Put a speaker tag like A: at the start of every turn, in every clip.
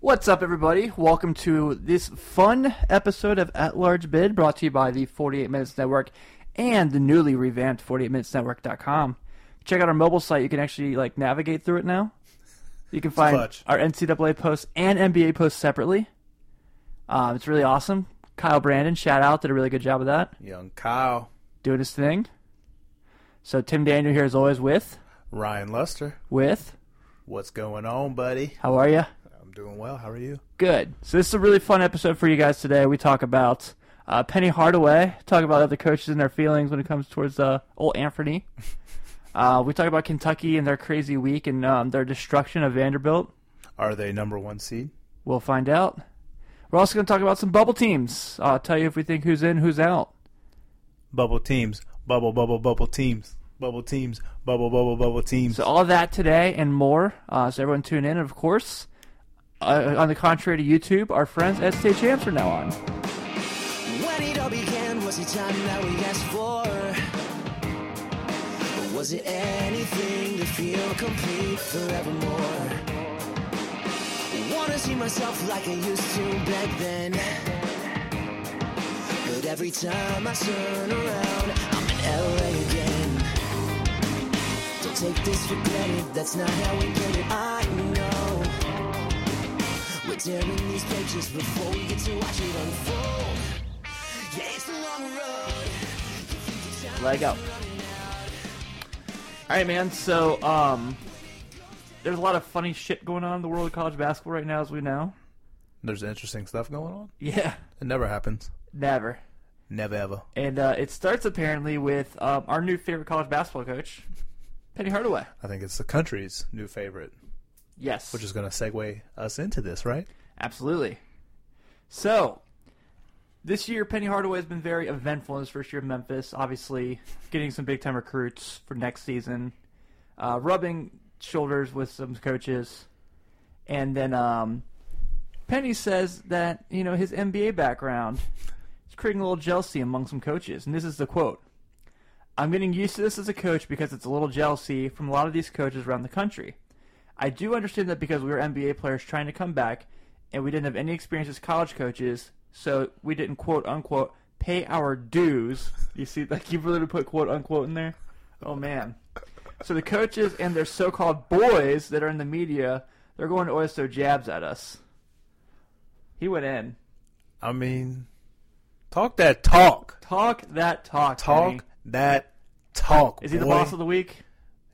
A: What's up, everybody? Welcome to this fun episode of At Large Bid brought to you by the 48 Minutes Network and the newly revamped 48minutesnetwork.com. Check out our mobile site. You can actually like navigate through it now. You can find
B: clutch.
A: our NCAA posts and NBA posts separately. Um, it's really awesome. Kyle Brandon, shout out, did a really good job of that,
B: Young Kyle,
A: doing his thing. So Tim Daniel here, as always, with
B: Ryan Luster,
A: with.
B: what's going on, buddy?
A: How are you?
B: I'm doing well. How are you?
A: Good. So this is a really fun episode for you guys today. We talk about uh, Penny Hardaway, talk about other coaches and their feelings when it comes towards uh, old Anthony. Uh, we talk about Kentucky and their crazy week and um, their destruction of Vanderbilt.
B: Are they number one seed?
A: We'll find out. We're also going to talk about some bubble teams. I'll tell you if we think who's in, who's out.
B: Bubble teams, bubble, bubble, bubble teams, bubble teams, bubble, bubble, bubble teams.
A: So all that today and more. Uh, so everyone tune in. And of course, uh, on the contrary to YouTube, our friends at State Champs are now on.
C: When it all began, was it time that we asked for? Or was it anything to feel complete forevermore? Wanna see myself like I used to back then. But every time I turn around, I'm in LA again. Don't take this for granted, that's not how we get it. I know. We're tearing these pages before we get to watch it unfold. Yeah, it's the long road.
A: Leg up. All right, man. So, um, there's a lot of funny shit going on in the world of college basketball right now, as we know.
B: There's interesting stuff going on.
A: Yeah,
B: It never happens.
A: never.
B: Never ever.
A: And uh, it starts apparently with um, our new favorite college basketball coach, Penny Hardaway.
B: I think it's the country's new favorite,
A: Yes,
B: which is going to segue us into this, right?
A: absolutely. So, this year Penny Hardaway has been very eventful in his first year in Memphis. Obviously, getting some big time recruits for next season, uh, rubbing shoulders with some coaches, and then um, Penny says that you know his MBA background is creating a little jealousy among some coaches, and this is the quote. I'm getting used to this as a coach because it's a little jealousy from a lot of these coaches around the country. I do understand that because we were NBA players trying to come back and we didn't have any experience as college coaches, so we didn't quote unquote pay our dues. You see, like you really put quote unquote in there. Oh man. So the coaches and their so called boys that are in the media, they're going to always throw jabs at us. He went in.
B: I mean, talk that talk.
A: Talk that talk. Penny.
B: Talk that talk.
A: Is he the
B: boy.
A: boss of the week?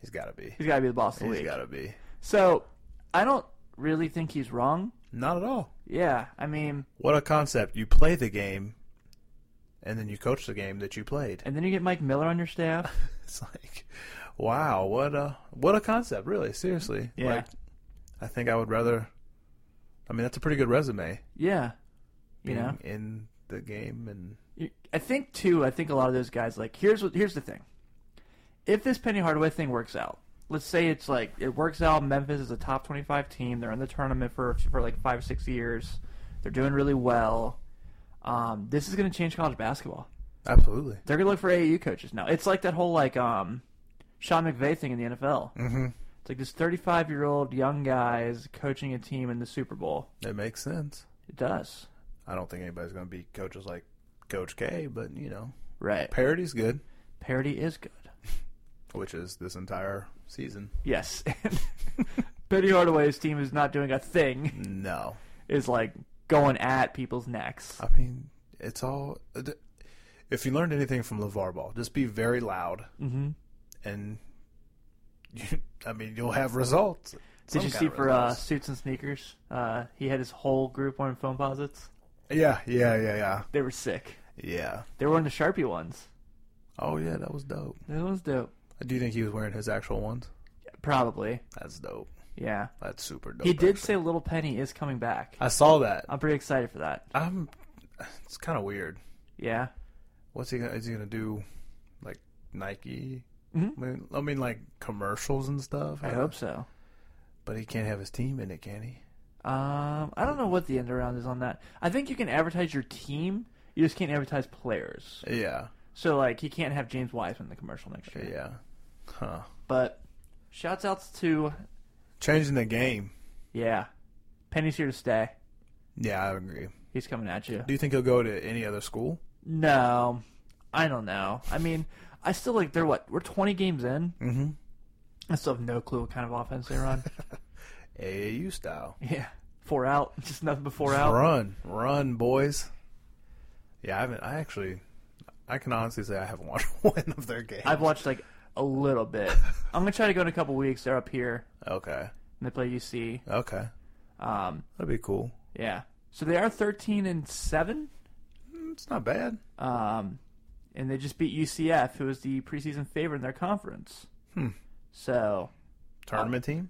B: He's got to be.
A: He's got to be the boss of the
B: He's
A: week.
B: got to be.
A: So I don't really think he's wrong.
B: Not at all.
A: Yeah, I mean,
B: What a concept. You play the game, and then you coach the game that you played.
A: and then you get Mike Miller on your staff.
B: It's like, wow, what a what a concept, really. Seriously,
A: Yeah.
B: Like, I think I would rather. I mean, that's a pretty good resume.
A: Yeah, you
B: being
A: know.
B: in the game and
A: You- I think too. I think a lot of those guys like here's what here's the thing. If this Penny Hardaway thing works out, let's say it's like it works out. Memphis is a top twenty five team. They're in the tournament for for like five six years. They're doing really well. Um, this is going to change college basketball.
B: absolutely.
A: They're gonna look for AAU coaches now. It's like that whole like um, Sean McVay thing in the NFL. Mm-hmm. It's like this 35 year old young guy is coaching a team in the Super Bowl.
B: It makes sense.
A: It does.
B: I don't think anybody's going to be coaches like Coach K, but you know,
A: Right.
B: parity's good,
A: Parody is good.
B: which is this entire season.
A: Yes. Penny Hardaway's team is not doing a thing.
B: No,
A: Is like going at people's necks.
B: I mean, it's all. If you learned anything from LeVar Ball, just be very loud, mm-hmm. and you, I mean, you'll have results.
A: Did
B: Some
A: you
B: kind
A: see
B: of
A: for uh,
B: results.
A: suits and sneakers? Uh, he had his whole group wearing foam posits.
B: Yeah, yeah, yeah, yeah,
A: They were sick.
B: yeah.
A: They were wearing the Sharpie ones.
B: Oh yeah, that was dope.
A: That was dope.
B: Do you think he was wearing his actual ones?
A: Probably.
B: That's dope.
A: Yeah.
B: That's super dope.
A: He did
B: actually.
A: say Little Penny is coming back.
B: I saw that.
A: I'm pretty excited for that.
B: I'm. It's kind of weird.
A: Yeah.
B: What's he gonna? Is he gonna do like Nike? I, mean, I mean, like commercials and stuff.
A: Mm-hmm. I hope so.
B: But he can't have his team in it, can he?
A: Um, I don't know what the end around is on that. I think you can advertise your team. You just can't advertise players.
B: Yeah,
A: So like, he can't have James Wiseman in the commercial next year.
B: yeah. Huh.
A: But shouts outs to
B: Changing the game.
A: yeah, Penny's here to stay.
B: Yeah, I agree.
A: He's coming at you.
B: Do you think he'll go to any other school?
A: No, I don't know. I mean, I still like they're what we're twenty games in. Mm-hmm. I still have no clue what kind of offense they run.
B: AAU style.
A: yeah, four out, just nothing but four out.
B: Run, run, boys. Yeah, I haven't. I actually, I can honestly say I haven't watched one of their games.
A: I've watched like a little bit. I'm gonna try to go in a couple weeks. They're up here
B: okay,
A: and they play UC.
B: okay,
A: Um,
B: that'd be cool.
A: yeah, so they are thirteen and seven.
B: Mm, It's not bad.
A: Um, and they just beat UCF, who was the preseason favorite in their conference. So
B: Tournament team.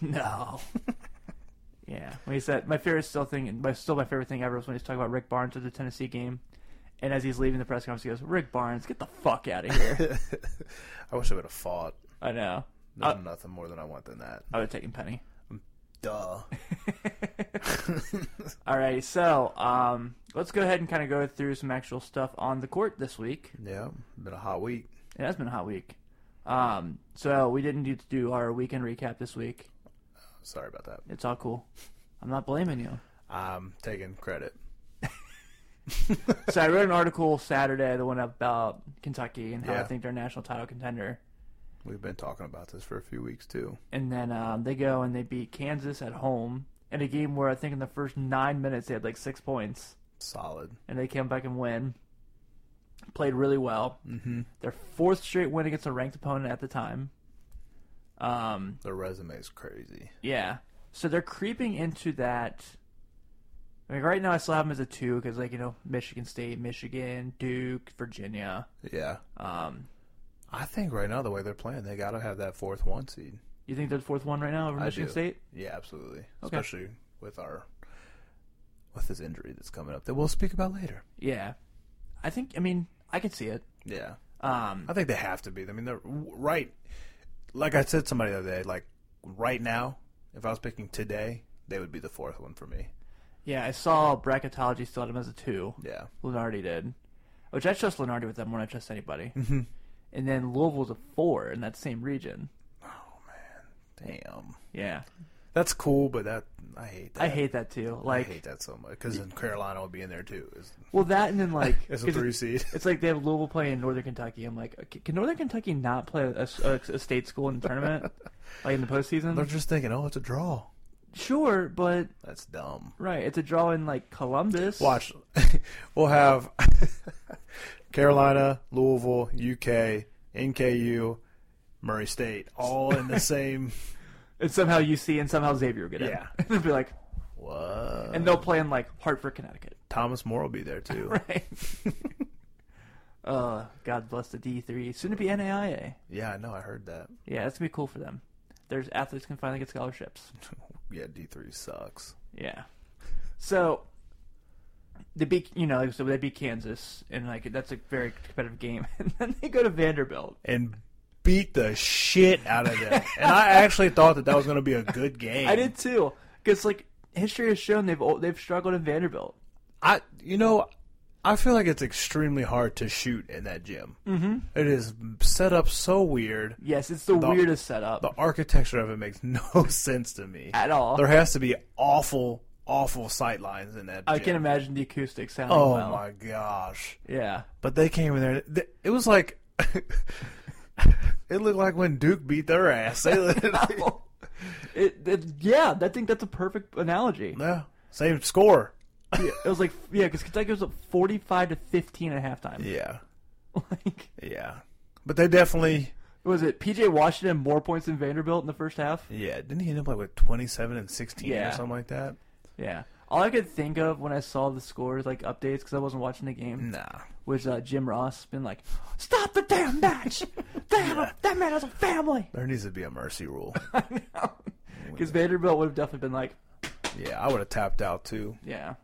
A: no. yeah, when he said my favorite still thing, my still my favorite thing ever was when he's talking about Rick Barnes at the Tennessee game, and as he's leaving the press conference, he goes, "Rick Barnes, get the fuck out of here."
B: I wish I would have fought.
A: I know.
B: There's nothing more than I want than that.
A: I would have taken Penny.
B: Duh.
A: All right, so um, let's go ahead and kind of go through some actual stuff on the court this week.
B: Yeah, been a hot week.
A: It has been a hot week. Um, so we didn't get to do our weekend recap this week.
B: Sorry about that.
A: It's all cool. I'm not blaming you.
B: I'm taking credit.
A: so I wrote an article Saturday, the one about Kentucky and how I
B: Yeah.
A: think they're a national title contender.
B: We've been talking about this for a few weeks too.
A: And then um, they go and they beat Kansas at home in a game where I think in the first nine minutes they had like six points,
B: Solid.
A: and they came back and win. Played really well. Mm-hmm. Their fourth straight win against a ranked opponent at the time. Um,
B: Their resume's crazy.
A: yeah. So they're creeping into that. I mean, right now I still have them as a two because, like you know, Michigan State, Michigan, Duke, Virginia.
B: Yeah.
A: Um,
B: I think right now the way they're playing, they got to have that fourth one seed.
A: You think they're the fourth one right now over
B: I
A: Michigan
B: do.
A: State?
B: Yeah, absolutely. Especially with our with this injury that's coming up that we'll speak about later.
A: Yeah. I think, I mean, I can see it.
B: Yeah.
A: Um,
B: I think they have to be. I mean, they're right. Like I said, to somebody the other day, like right now, if I was picking today, they would be the fourth one for me.
A: yeah, I saw bracketology still had him as a two.
B: Yeah.
A: Lenardi did. Which I trust Lenardi with them when I trust anybody. Mm-hmm. And then Louisville's a four in that same region.
B: Damn.
A: Yeah.
B: That's cool, but that I hate that.
A: I hate that too.
B: I
A: Like,
B: hate that so much because then Carolina will be in there too. It's,
A: well, that and then like.
B: it's a
A: 'cause
B: three
A: it-
B: seed.
A: It's like they have Louisville playing Northern Kentucky. I'm like, okay, can Northern Kentucky not play a, a- a state school in the tournament, like in the postseason?
B: They're just thinking, oh, it's a draw.
A: sure, but
B: That's dumb.
A: right, it's a draw in like Columbus.
B: Watch. we'll have Carolina, Louisville, UK, NKU, Murray State, all in the same.
A: And somehow UC and somehow Xavier will get in.
B: Yeah. Uh,
A: and they'll be like,
B: What?
A: and they'll play in like Hartford, Connecticut.
B: Thomas More will be there too.
A: Right. uh, God bless the D three. Soon to be NAIA.
B: Yeah, I know. I heard that.
A: Yeah, that's gonna be cool for them. There's athletes can finally get scholarships.
B: Yeah, D three sucks.
A: Yeah. So they beat you know so they beat Kansas and like that's a very competitive game and then they go to Vanderbilt.
B: And beat the shit out of them. and I actually thought that that was going to be a good game.
A: I did too because like history has shown they've al- they've struggled in Vanderbilt.
B: I you know, I feel like it's extremely hard to shoot in that gym. Mm-hmm. is set up so weird.
A: Yes, it's the,
B: The-
A: weirdest setup
B: The architecture of it makes no sense to me.
A: at all.
B: There has to be awful, awful sight lines in that.
A: I
B: gym.
A: can imagine the acoustics sounding
B: Oh
A: well.
B: my gosh!
A: Yeah.
B: But they came in there. th- It was like it looked like when Duke beat their ass. They literally-
A: It, it, yeah, I think that's a perfect analogy.
B: yeah, same score.
A: It was like, yeah, because Kentucky was up 45 to 15 at halftime.
B: Yeah,
A: Like,
B: yeah. But they definitely.
A: was it PJ Washington more points than Vanderbilt in the first half?
B: Yeah, didn't he end up like with twenty-seven and sixteen
A: Yeah.
B: or something like that?
A: Yeah. All I could think of when I saw the scores, like updates, because I wasn't watching the game,
B: Nah.
A: was uh, Jim Ross been like, "Stop the damn match! Damn, that man has a family."
B: There needs to be a mercy rule.
A: Because Vanderbilt would have definitely been like,
B: yeah, I would have tapped out too.
A: "Yeah,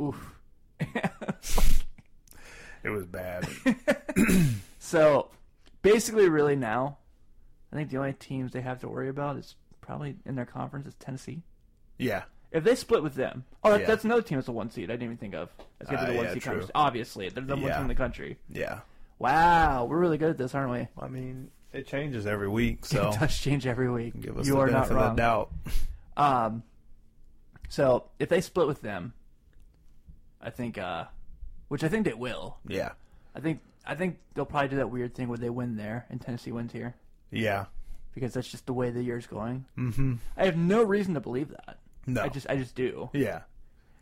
A: oof."
B: It was bad.
A: So basically, really now, I think the only teams they have to worry about is probably in their conference is Tennessee.
B: yeah,
A: If they split with them, oh, that,
B: Yeah.
A: that's another team that's a one seed. I didn't even think of. That's gonna be
B: Uh,
A: the one
B: yeah,
A: seed
B: true.
A: conference. Obviously, they're the one
B: Yeah.
A: team in the country.
B: yeah.
A: Wow, we're really good at this, aren't we?
B: I mean, it changes every week, so
A: It does change every week.
B: give us
A: you
B: the
A: are not
B: benefit of
A: wrong.
B: the doubt.
A: Um, So if they split with them, I think, uh, which I think they will.
B: Yeah.
A: I think I think they'll probably do that weird thing where they win there and Tennessee wins here
B: Yeah.
A: because that's just the way the year's going.
B: Mm-hmm.
A: I have no reason to believe that.
B: No.
A: I just I just do,
B: yeah.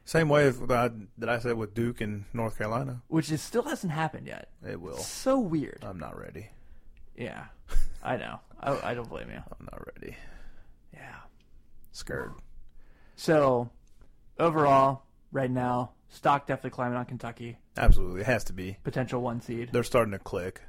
B: Same way as that, that I said with Duke and North Carolina.
A: which is still hasn't happened yet.
B: It will.
A: So weird.
B: I'm not ready.
A: Yeah, I know. I, I don't blame you.
B: I'm not ready.
A: Yeah.
B: Scared.
A: So overall, right now, stock definitely climbing on Kentucky.
B: Absolutely. It has to be.
A: Potential one seed.
B: They're starting to click.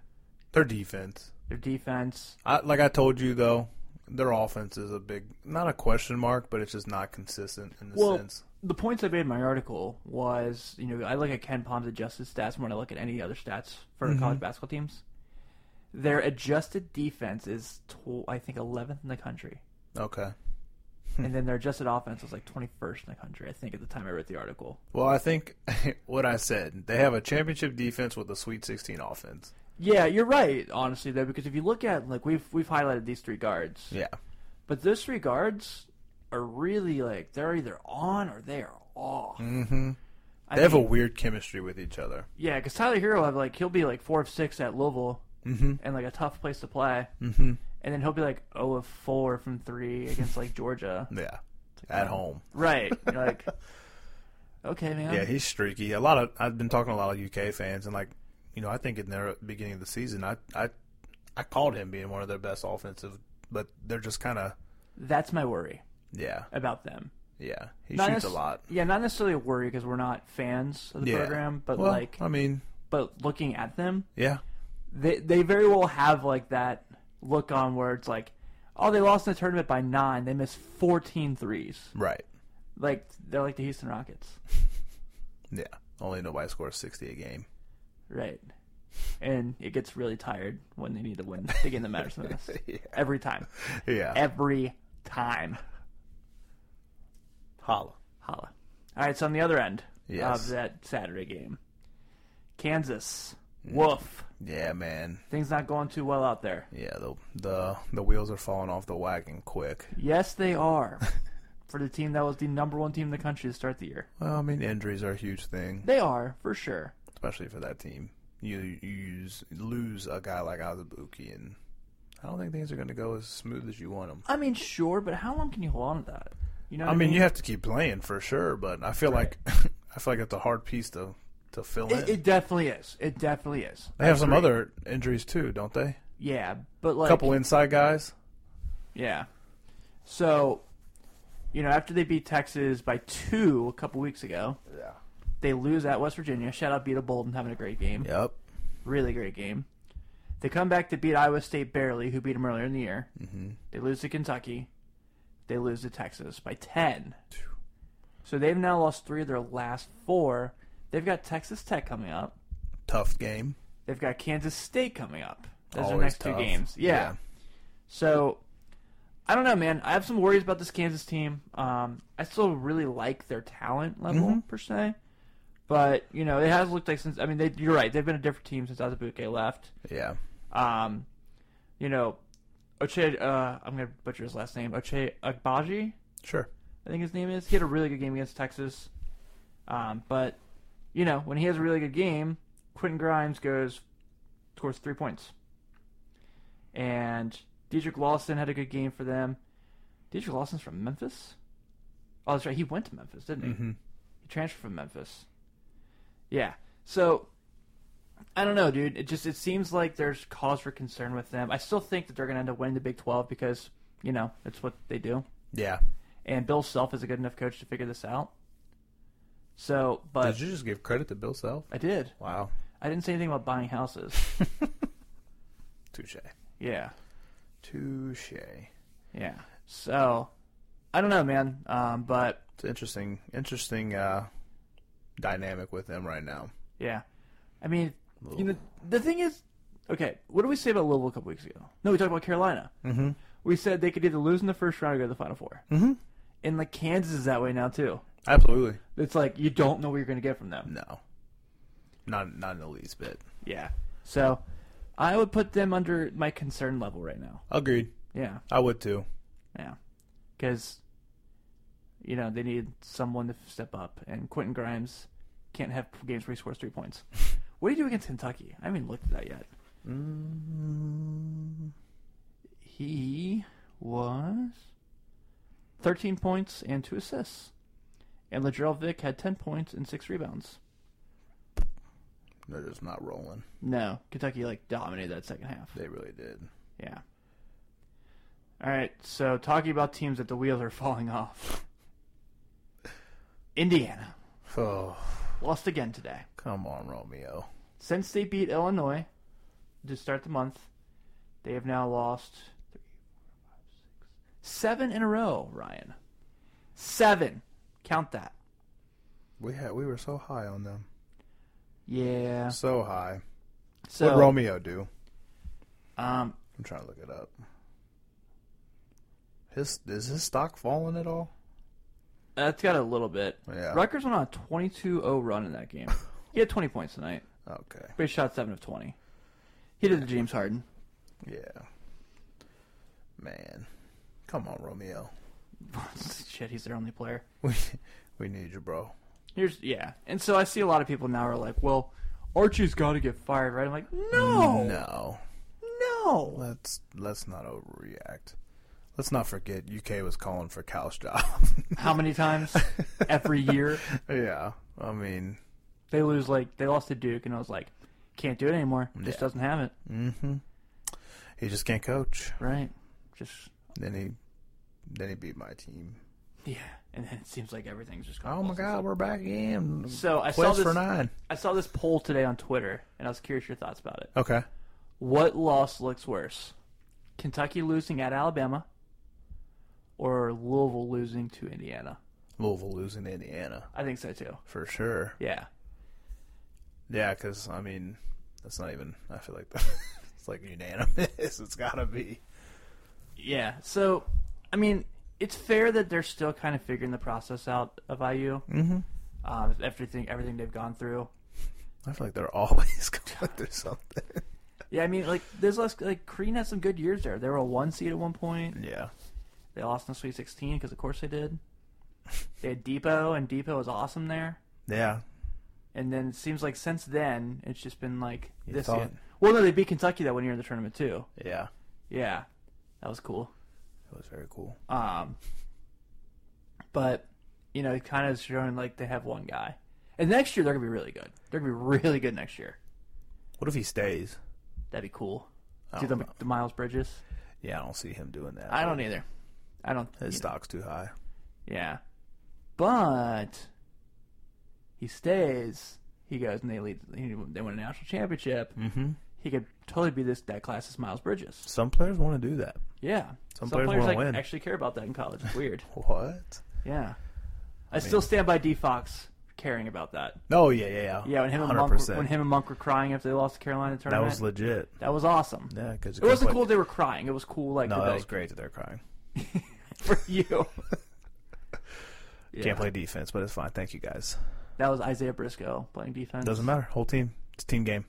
B: Their defense.
A: Their defense.
B: I, like I told you though, their offense is a big not a question mark, but it's just not consistent in the
A: Well,
B: sense.
A: the points I made in my article was, you know, I look at Ken Palm's adjusted stats more than I look at any other stats for college basketball teams. Their adjusted defense is, tw- I think, 11th in the country.
B: Okay.
A: and then their adjusted offense was like 21st in the country, I think, at the time I wrote the article.
B: Well, I think what I said, they have a championship defense with a Sweet 16 offense.
A: Yeah, you're right, honestly, though, because if you look at, like, we've, we've highlighted these three guards.
B: Yeah.
A: But those three guards are really like they're either on or they are off.
B: Mm-hmm.
A: I
B: They have a
A: mean,
B: weird chemistry with each other.
A: yeah, because Tyler Hero have like he'll be like four of six at Louisville
B: Mm-hmm.
A: and like a tough place to play,
B: Mm-hmm.
A: and then he'll be like zero of four from three against like Georgia.
B: Yeah. At home.
A: Right? You're like, okay, man.
B: Yeah, he's streaky. A lot of I've been talking to a lot of UK fans, and like, you know, I think in their beginning of the season, I I I called him being one of their best offensive, but they're just kind of
A: That's my worry
B: yeah,
A: about them.
B: yeah. He
A: Not
B: shoots a
A: nec-
B: lot.
A: Yeah, not necessarily a worry because we're not fans of the
B: Yeah.
A: program, but
B: Well, uh,
A: like,
B: I mean,
A: but looking at them,
B: yeah,
A: they they very well have like that look on where it's like, oh, they lost in the tournament by nine. They missed 14 threes.
B: right,
A: Like they're like the Houston Rockets,
B: yeah. Only nobody scores sixty a game.
A: right? And it gets really tired when they need to win the game that matters the most.
B: Yeah.
A: Every time,
B: Yeah,
A: every time.
B: holla.
A: Holla. All right, so on the other end
B: Yes.
A: of that Saturday game, Kansas.
B: Mm.
A: Woof.
B: Yeah, man.
A: Things not going too well out there.
B: Yeah, the the the wheels are falling off the wagon quick.
A: Yes, they are. For the team that was the number one team in the country to start the year.
B: Well, I mean, injuries are a huge thing,
A: They are, for sure.
B: especially for that team. You, you use, lose a guy like Azubuki, and I don't think things are going to go as smooth as you want them.
A: I mean, sure, but how long can you hold on to that? You know,
B: I
A: what
B: mean, you have to keep playing for sure, but I feel
A: Right.
B: like I feel like it's a hard piece to to fill
A: it,
B: in.
A: it definitely is. It definitely is.
B: they have some
A: Agree.
B: other injuries too, don't they?
A: Yeah, but like,
B: A couple inside guys.
A: yeah. So, you know, after they beat Texas by two a couple weeks ago,
B: Yeah.
A: they lose at West Virginia. Shout out Beta Bolden having a great game,
B: Yep.
A: really great game. They come back to beat Iowa State barely, who beat them earlier in the year.
B: hmm
A: They lose to Kentucky. They lose to Texas by 10. So they've now lost three of their last four. They've got Texas Tech coming up.
B: Tough game.
A: They've got Kansas State coming up. Those are
B: Always
A: their next
B: tough.
A: two games. Yeah. So I don't know, man. I have some worries about this Kansas team. Um, I still really like their talent level
B: Mm-hmm.
A: per se, but you know it has looked like since I mean they, you're right. They've been a different team since Azubuike left.
B: Yeah.
A: Um, you know, Oche. Uh, I'm gonna butcher his last name. Oche Agbaji.
B: Sure.
A: I think his name is. He had a really good game against Texas. Um, but, you know, when he has a really good game, Quentin Grimes goes, scores three points. And Dietrich Lawson had a good game for them. Dietrich Lawson's from Memphis? Oh, that's right. He went to Memphis, didn't he?
B: hmm
A: He transferred from Memphis. Yeah. So, I don't know, dude. It just it seems like there's cause for concern with them. I still think that they're going to end up winning the Big 12 because, you know, that's what they do
B: Yeah.
A: and Bill Self is a good enough coach to figure this out. So, but
B: Did you just give credit to Bill Self?
A: I did.
B: Wow.
A: I didn't say anything about buying houses.
B: Touche.
A: yeah,
B: Touche.
A: yeah. So, I don't know, man. Um, but
B: It's interesting. Interesting uh, dynamic with them right now.
A: yeah, I mean, you know, the thing is, okay. What did we say about Louisville a couple weeks ago? No, we talked about Carolina.
B: Mm-hmm.
A: We said they could either lose in the first round or go to the Final Four.
B: Mm-hmm.
A: And like Kansas is that way now too.
B: Absolutely.
A: It's like you don't know what you're going to get from them.
B: No. Not not in the least bit.
A: Yeah. So, I would put them under my concern level right now.
B: Agreed.
A: Yeah.
B: I would too.
A: Yeah, because you know, they needed someone to step up, and Quentin Grimes can't have games where he scores three points. what do you do against Kentucky? I haven't even looked at that yet.
B: Mm,
A: He was 13 points and two assists, and Latrell Vick had 10 points and six rebounds.
B: They're just not rolling.
A: No, Kentucky like dominated that second half.
B: They really did.
A: Yeah. All right, so talking about teams that the wheels are falling off. Indiana
B: Oh,
A: lost again today.
B: come on, Romeo.
A: Since they beat Illinois to start the month, they have now lost three, four, five, six, seven in a row, Ryan. Seven. Count that.
B: We had we were so high on them,
A: Yeah.
B: so high.
A: So,
B: what Romeo do?
A: um,
B: I'm trying to look it up. His is his stock falling at all?
A: that's got a little bit.
B: Yeah.
A: Rutgers went on a 22-0 run in that game. he had 20 points tonight.
B: Okay.
A: But he shot 7 of 20. He did the James Harden.
B: Yeah. Man, come on, Romeo.
A: Shit, he's their only player.
B: We we need you, bro.
A: Here's yeah, and so I see a lot of people now are like, "Well, Archie's got to get fired, right?" I'm like,
B: Mm.
A: "No, no,
B: No, let's let's not overreact. Let's not forget UK was calling for Cal's job.
A: How many times every year
B: yeah, I mean,
A: they lose? Like they lost to Duke, and I was like, "Can't do it anymore. Just doesn't have it,
B: Mm. he just can't coach.
A: right?" Just
B: Then he then he beat my team.
A: yeah, and then it seems like everything's just gone.
B: Oh my God, we're back in.
A: So I saw
B: Quest for
A: this.
B: nine.
A: I saw this poll today on Twitter, and I was curious your thoughts about it.
B: Okay.
A: What loss looks worse, Kentucky losing at Alabama, or Louisville losing to Indiana?
B: Louisville losing to Indiana
A: I think so too.
B: for sure.
A: Yeah.
B: Yeah, because I mean, that's not even. I feel like that. it's like unanimous. It's gotta be.
A: Yeah. So, I mean, it's fair that they're still kind of figuring the process out of IU. Mm-hmm. Um, everything, everything they've gone through.
B: I feel like they're always going through something.
A: Yeah, I mean, like there's less like Crean had some good years there. They were a one seed at one point.
B: Yeah.
A: They lost in the Sweet 16 because of course they did. They had Depot, and Depot was awesome there.
B: Yeah.
A: And then it seems like since then it's just been like this.
B: thought-
A: year. Well, no, they beat Kentucky that one year in the tournament too.
B: Yeah.
A: Yeah, that was cool.
B: It was very cool.
A: Um, but you know, kind of showing like they have one guy, and next year they're gonna be really good. They're gonna be really good next year.
B: What if he stays?
A: That'd be cool.
B: I
A: Do
B: don't
A: the,
B: know.
A: the Miles Bridges?
B: Yeah, I don't see him doing that.
A: I don't either. I don't.
B: His
A: you know,
B: stock's too high.
A: Yeah, but he stays. He goes and they lead. He, they win a national championship. Mm-hmm. He could totally be this that class as Miles Bridges.
B: Some players want to do that.
A: Yeah,
B: Some players wanna
A: like,
B: win.
A: actually care about that in college. It's weird.
B: What?
A: yeah, I, still stand by D Fox caring about that.
B: No, yeah, yeah, yeah.
A: Yeah, when him and Monk were,
B: 100%.
A: when him and Monk were crying after they lost the Carolina
B: that
A: tournament,
B: was legit.
A: that was awesome.
B: Yeah, because
A: It wasn't cool they were crying. It was cool like
B: No,
A: that
B: that was great that they're crying.
A: for you. Yeah.
B: Can't play defense, but it's fine. Thank you guys.
A: That was Isaiah Briscoe playing defense.
B: Doesn't matter. Whole team. It's a team game.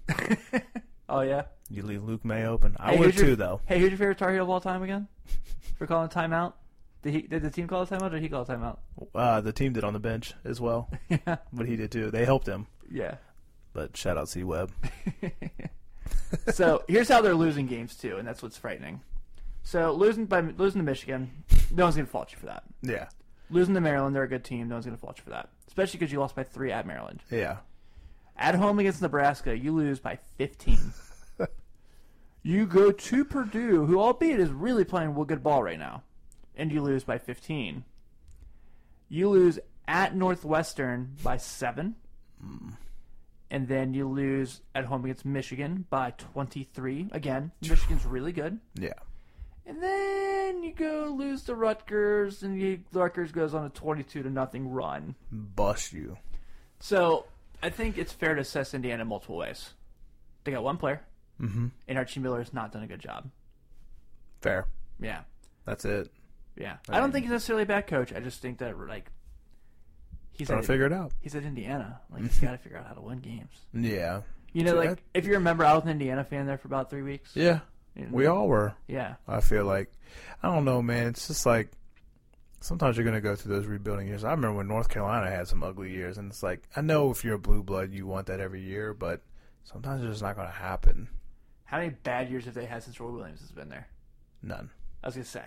A: Oh yeah,
B: You leave Luke May open. I
A: Hey,
B: would
A: who's your-
B: too, though.
A: Hey, who's your favorite Tar Heel of all time again? For calling timeout? Did he? Did the team call a timeout? Or did he call a timeout?
B: Uh, the team did on the bench as well,
A: Yeah.
B: but he did too. They helped him.
A: Yeah.
B: But shout out C Web.
A: So here's how they're losing games too, and that's what's frightening. So losing by losing to Michigan, no one's gonna fault you for that.
B: Yeah,
A: Losing to Maryland, they're a good team. No one's gonna fault you for that, especially because you lost by three at Maryland.
B: yeah.
A: At home against Nebraska, you lose by 15. you go to Purdue, who albeit is really playing well- good ball right now, and you lose by 15. You lose at Northwestern by 7. And then you lose at home against Michigan by 23. Again, Michigan's really good.
B: Yeah.
A: And then you go lose to Rutgers, and you, Rutgers goes on a 22 to nothing run.
B: Bust you.
A: So I think it's fair to assess Indiana multiple ways. They got one player, mm-hmm. and Archie Miller has not done a good job.
B: Fair.
A: Yeah,
B: That's it.
A: yeah. I, don't think he's necessarily a bad coach. I just think that like he's
B: Trying
A: at,
B: to figure Mm-hmm. it out.
A: he's at Indiana. Like he's got to figure out how to win games.
B: Yeah.
A: You know,
B: Sure,
A: like if you remember, I was an Indiana fan there for about three weeks.
B: Yeah. We all were.
A: Yeah,
B: I feel like I don't know, man. It's just like Sometimes you're going to go through those rebuilding years. I remember when North Carolina had some ugly years, and it's like I know if you're a blue blood, you want that every year, but sometimes it's just not going to happen.
A: How many bad years have they had since Roy Williams has been there?
B: None.
A: I was gonna say,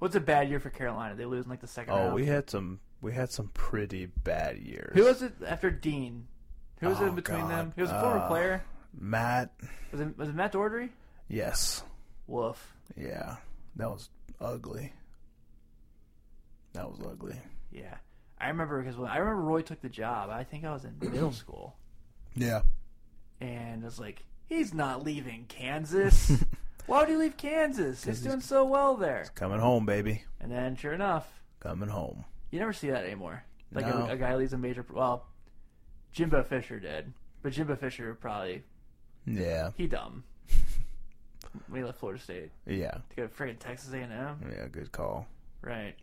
A: what's a bad year for Carolina? They lose in like the second
B: Oh,
A: round.
B: we had some we had some pretty bad years.
A: Who was it after Dean? Who was it
B: Oh,
A: in between them?
B: God.
A: He was a former
B: Uh,
A: player.
B: Matt?
A: Was it was it Matt Daugherty?
B: Yes.
A: Woof.
B: Yeah. That was ugly. That was ugly.
A: Yeah, I remember because when I remember Roy took the job. I think I was in middle school,
B: Yeah.
A: and I was like, he's not leaving Kansas. Why would he leave Kansas? He's doing so well there.
B: Coming home, baby.
A: And then, sure enough,
B: Coming home.
A: you never see that anymore. Like
B: No.
A: a, a guy leaves a major. Well, Jimbo Fisher did, but Jimbo Fisher probably
B: Yeah.
A: he dumb. when he left Florida State
B: Yeah.
A: to go to freaking Texas A and M,
B: Yeah, good call.
A: right?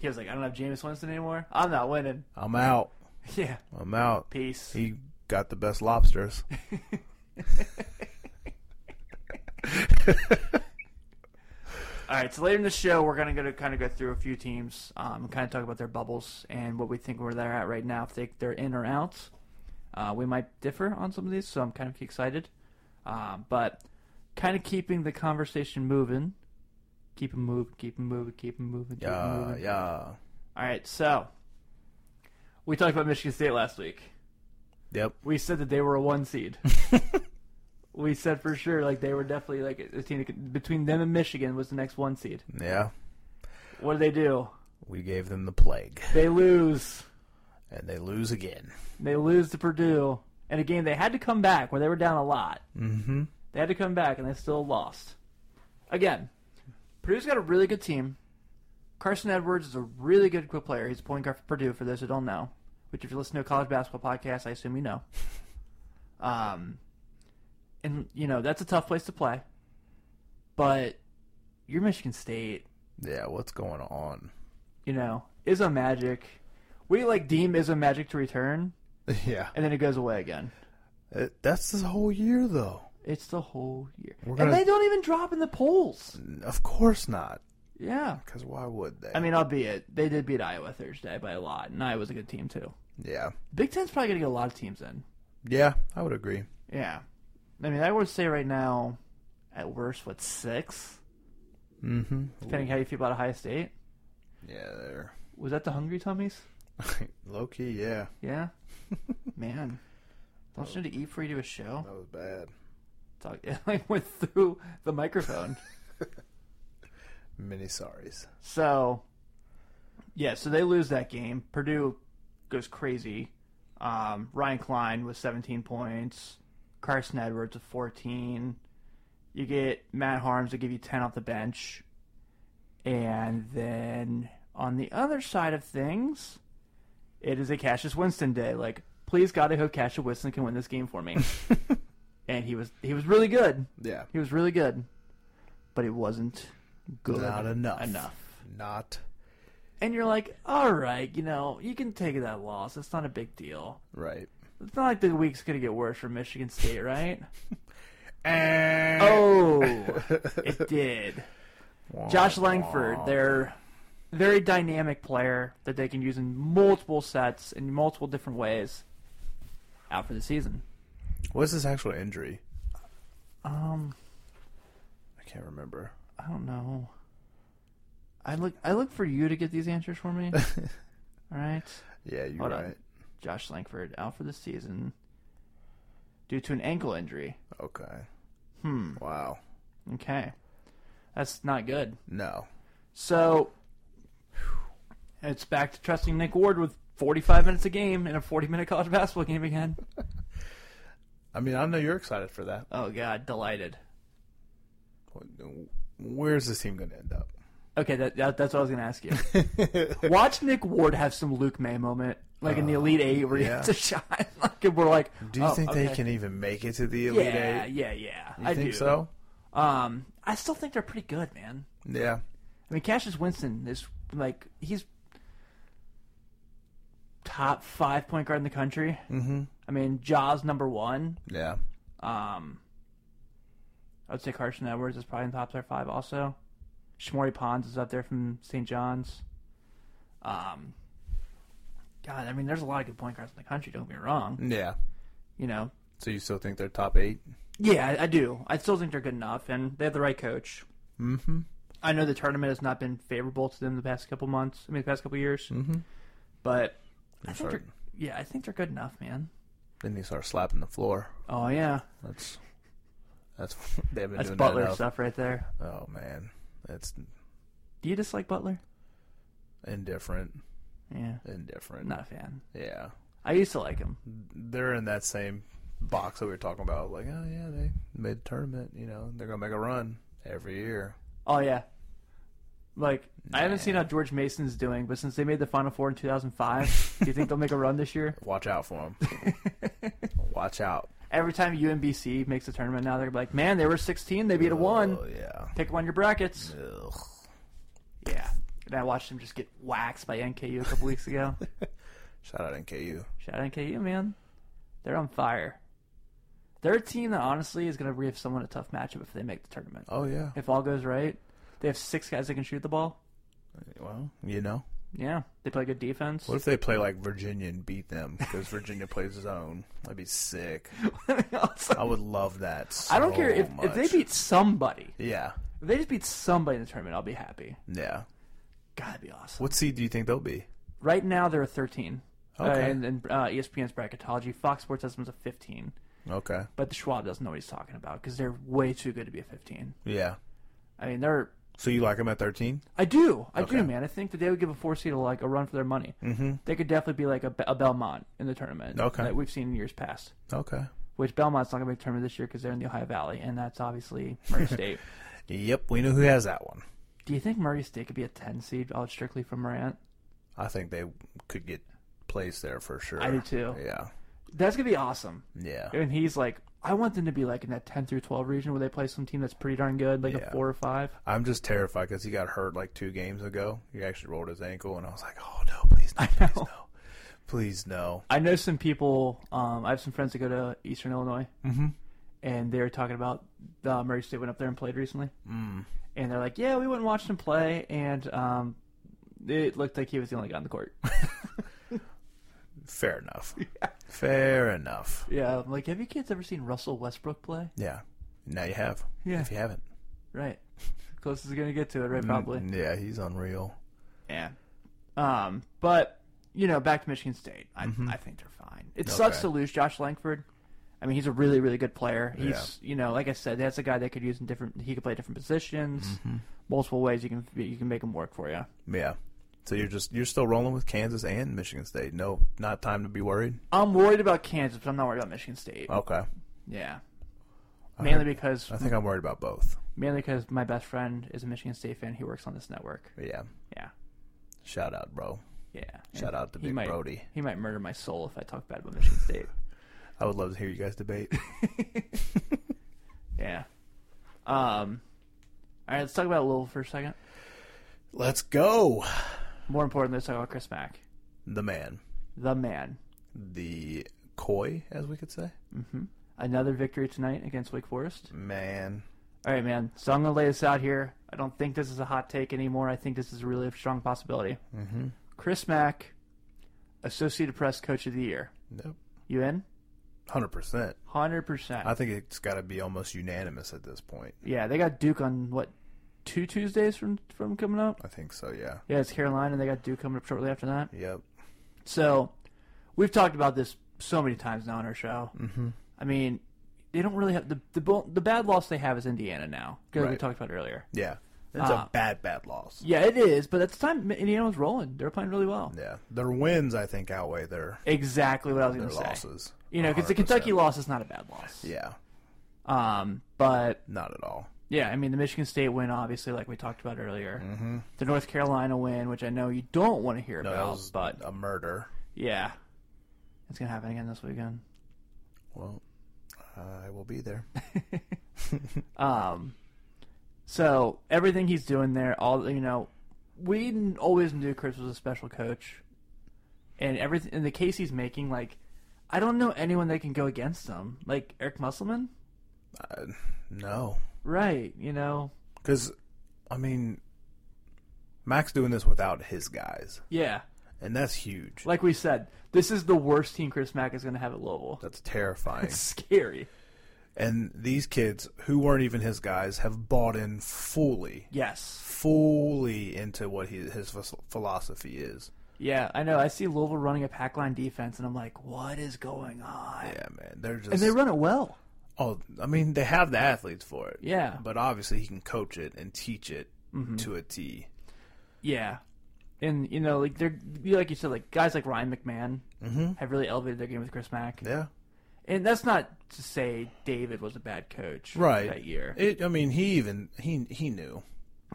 A: He was like, I don't have Jameis Winston anymore. I'm not winning.
B: I'm out.
A: Yeah,
B: I'm out.
A: peace.
B: He got the best lobsters.
A: All right, so later in the show, we're gonna go to kind of go through a few teams, um, kind of talk about their bubbles and what we think where they're at right now, if they, they're in or out. Uh, we might differ on some of these, so I'm kind of excited. Um, but kind of keeping the conversation moving, keep 'em moving, keep 'em moving, keep 'em moving, keep 'em
B: Yeah,
A: moving.
B: yeah.
A: All right, so we talked about Michigan State last week.
B: Yep.
A: We said that they were a one seed. we said for sure, like they were definitely like a team that could, between them and Michigan was the next one seed.
B: Yeah.
A: What do they do?
B: We gave them the plague.
A: They lose.
B: And they lose again.
A: They lose to Purdue in a game they had to come back where they were down a lot.
B: Mm-hmm.
A: They had to come back and they still lost. Again, Purdue's got a really good team. Carson Edwards is a really good quick player. He's a point guard for Purdue, for those who don't know, which if you listen to a college basketball podcast, I assume you know. Um, and, you know, that's a tough place to play. But you're Michigan State,
B: Yeah, what's going on?
A: you know, is a magic. We like deem is a magic to return,
B: Yeah.
A: and then it goes away again.
B: It, Uh, that's this whole year, though.
A: It's the whole year.
B: We're gonna-
A: And they don't even drop in the polls.
B: Of course not.
A: Yeah.
B: Because why would they?
A: I mean, albeit, they did beat Iowa Thursday by a lot, and Iowa's a good team, too.
B: yeah.
A: Big Ten's probably going to get a lot of teams in.
B: Yeah, I would agree.
A: Yeah. I mean, I would say right now, at worst, what, six?
B: Mm-hmm.
A: Depending how you feel about Ohio State.
B: Yeah, they're
A: Was that the Hungry Tummies?
B: low key. Yeah,
A: Yeah. Man. Don't you need to eat before you do a show?
B: that was bad.
A: Talk, I went through the microphone.
B: Many sorries.
A: So, yeah, so they lose that game. Purdue goes crazy. Um, Ryan Klein with 17 points. Carson Edwards with 14. You get Matt Harms to give you 10 off the bench. And then on the other side of things, it is a Cassius Winston day. Like, please God, I hope Cassius Winston can win this game for me. and he was he was really good.
B: Yeah,
A: He was really good, but it wasn't good
B: not enough.
A: enough.
B: Not
A: And you're like, all right, you know, you can take that loss. It's not a big deal.
B: right.
A: It's not like the week's going to get worse for Michigan State, right?
B: And
A: oh, it did. Josh Langford, they're very dynamic player that they can use in multiple sets in multiple different ways. Out for the season.
B: what's his actual injury?
A: Um,
B: I can't remember.
A: I don't know. I look I look for you to get these answers for me. all right.
B: Yeah, you're
A: Hold on.
B: right.
A: Josh Langford out for the season due to an ankle injury.
B: Okay.
A: Hmm.
B: Wow.
A: Okay. That's not good.
B: No.
A: So it's back to trusting Nick Ward with 45 minutes a game in a 40 minute college basketball game again.
B: I mean, I know you're excited for that.
A: Oh, God. Delighted.
B: Where's this team going to end up?
A: Okay, that, that that's what I was going to ask you. Watch Nick Ward have some Luke May moment, like in the Elite Eight where he
B: Oh, yeah.
A: gets a shot. like, and we're like,
B: Do you
A: oh,
B: think they
A: okay.
B: can even make it to the Elite
A: Yeah,
B: Eight?
A: yeah, yeah.
B: You
A: I
B: think
A: do.
B: so?
A: Um, I still think they're pretty good, man.
B: Yeah.
A: I mean, Cassius Winston is like he's top five point guard in the country.
B: Mm-hmm.
A: I mean, Jaws number one.
B: Yeah.
A: Um, I would say Carson Edwards is probably in the top five also. Shmori Pons is up there from St. John's. Um, God, I mean, there's a lot of good point guards in the country. Don't get me wrong.
B: Yeah.
A: You know,
B: So you still think they're top eight?
A: yeah, I, I do. I still think they're good enough, and they have the right coach.
B: Mm-hmm.
A: I know the tournament has not been favorable to them the past couple months. I mean, the past couple years.
B: Mm-hmm.
A: But I think
B: sorry.
A: they're, yeah, I think they're good enough, man.
B: Then they start slapping the floor.
A: Oh yeah,
B: That's that's they've been
A: that's
B: doing
A: Butler
B: that enough.
A: stuff right there.
B: Oh man, that's
A: Do you dislike Butler?
B: indifferent.
A: Yeah,
B: Indifferent.
A: not a fan.
B: Yeah,
A: I used to like him.
B: they're in that same box that we were talking about. Like, oh yeah, they made the tournament. You know, they're gonna make a run every year.
A: Oh yeah. Like I haven't seen how George Mason's doing, but since they made the Final Four in 2005, do you think they'll make a run this year?
B: Watch out for them. Watch out.
A: Every time UMBC makes a tournament now, they're like, "Man, they were 16, they beat a one.
B: Oh yeah.
A: Pick them on your brackets."
B: Ugh.
A: Yeah. And I watched them just get waxed by NKU a couple weeks ago.
B: Shout out NKU.
A: Shout out NKU, man. They're on fire. They're a team that honestly is going to give someone a tough matchup if they make the tournament.
B: Oh yeah.
A: If all goes right, they have six guys that can shoot the ball.
B: Well, you know,
A: Yeah, they play good defense.
B: what if they play like Virginia and beat them because Virginia plays zone? That'd be sick.
A: Also,
B: I would love that.
A: I don't
B: so
A: care if, if they
B: much.
A: beat somebody.
B: Yeah,
A: If they just beat somebody in the tournament, I'll be happy.
B: yeah.
A: God, that'd be awesome.
B: What seed do you think they'll be?
A: Right now, they're a 13.
B: Okay.
A: Uh, and and uh, ESPN's bracketology. Fox Sports has them as a 15.
B: Okay.
A: But the Schwab doesn't know what he's talking about because they're way too good to be a 15.
B: Yeah.
A: I mean, they're
B: So you like them at thirteen?
A: I do. I
B: Okay.
A: do, man. I think that they would give a four seed a, like a run for their money. Mm-hmm. They could definitely be like a, Be- a Belmont in the tournament.
B: Okay.
A: That we've seen in years past.
B: Okay.
A: Which Belmont's not going to make the tournament this year because they're in the Ohio Valley, and that's obviously Murray State.
B: Yep. We know who has that one.
A: Do you think Murray State could be a ten seed out strictly from Morant?
B: I think they could get placed there for sure.
A: I do too.
B: Yeah.
A: That's gonna be awesome.
B: Yeah.
A: And he's like, I want them to be like in that ten through twelve region where they play some team that's pretty darn good, like
B: Yeah.
A: a four or five.
B: I'm just terrified because he got hurt like two games ago. He actually rolled his ankle, and I was like, "Oh no, please no, please no, please no."
A: I know some people. Um, I have some friends that go to Eastern Illinois, and they were talking about uh, Murray State went up there and played recently, mm. and they're like, "Yeah, we went and watched him play, and um, it looked like he was the only guy on the court."
B: Fair enough. Fair enough.
A: yeah, I'm like, have you kids ever seen Russell Westbrook play?
B: Yeah. Now you have.
A: Yeah.
B: If you haven't. Mm,
A: Right, closest is gonna get to it,
B: Mm-hmm.
A: right? Probably.
B: Yeah, he's unreal.
A: Yeah. Um, but you know, back to Michigan State. I,
B: Mm-hmm.
A: I think they're fine. It sucks to lose Josh Langford. I mean, he's a really, really good player. He's, you know, like I said, that's a guy that could use in different. He could play different positions,
B: Mm-hmm.
A: multiple ways. You can you can make him work for you.
B: Yeah. So you're just you're still rolling with Kansas and Michigan State. No, not time to be worried.
A: I'm worried about Kansas, but I'm not worried about Michigan State.
B: Okay.
A: Yeah, mainly because
B: Oh. I think I'm worried about both.
A: mainly because my best friend is a Michigan State fan. He works on this network.
B: Yeah.
A: Yeah,
B: Shout out, bro.
A: yeah.
B: Shout out to
A: He
B: Big
A: might-
B: Brody.
A: He might murder my soul if I talk bad about Michigan State.
B: I would love to hear you guys debate.
A: Yeah. Um. All right, let's talk about Louisville for a second.
B: Let's go.
A: More importantly, let's talk about Chris Mack,
B: The man,
A: the man.
B: the coy, as we could say.
A: Another victory tonight against Wake Forest.
B: Man.
A: All right, man. So I'm gonna lay this out here. I don't think this is a hot take anymore. I think this is really a strong possibility. Mm-hmm. Chris Mack, Associated Press Coach of the Year.
B: Nope.
A: You in?
B: Hundred percent.
A: Hundred percent.
B: I think it's got to be almost unanimous at this point.
A: Yeah, they got Duke on what two Tuesdays from from coming up.
B: I think so. Yeah.
A: Yeah, it's Carolina, and they got Duke coming up shortly after that.
B: Yep.
A: So, we've talked about this so many times now on our show. Mm-hmm. I mean, they don't really have the the, bo- the bad loss they have is Indiana now, because we
B: Right.
A: talked about it earlier.
B: Yeah. That's
A: Uh,
B: a bad, bad loss.
A: Yeah, it is, but at the time, Indiana was rolling. They were playing really well.
B: Yeah. Their wins, I think, outweigh their
A: Exactly what I was
B: their
A: going to say.
B: losses.
A: You know, because the
B: 100%.
A: Kentucky loss is not a bad loss.
B: Yeah.
A: Um, but
B: Not at all.
A: yeah, I mean, the Michigan State win, obviously, like we talked about earlier. Mm-hmm. The North Carolina win, which I know you don't want to hear
B: No, that
A: about,
B: was
A: but
B: a murder.
A: yeah, it's going to happen again this weekend.
B: Well, I will be there.
A: Um, So everything he's doing there, all you know, we n- always knew Chris was a special coach, and everything and the case he's making, like, I don't know anyone that can go against him, like Eric Musselman,
B: No,
A: right? You know,
B: because I mean, Mac's doing this without his guys,
A: Yeah.
B: and that's huge.
A: Like we said, this is the worst team Chris Mack is going to have at Louisville.
B: That's terrifying.
A: It's scary.
B: and these kids who weren't even his guys have bought in fully,
A: Yes.
B: fully into what he, his phis- philosophy is.
A: Yeah, I know. I see Louisville running a pack line defense, and I'm like, what is going on?
B: Yeah, man, they're just.
A: And they run it well.
B: oh, I mean, they have the athletes for it.
A: Yeah. Mm-hmm.
B: but obviously he can coach it and teach it to a T.
A: Yeah. And, you know, like they're, like you said, like guys like Ryan McMahon have really elevated their game with Chris Mack.
B: Yeah,
A: And that's not to say David was a bad coach
B: right.
A: that year.
B: It, I mean, he even he he knew.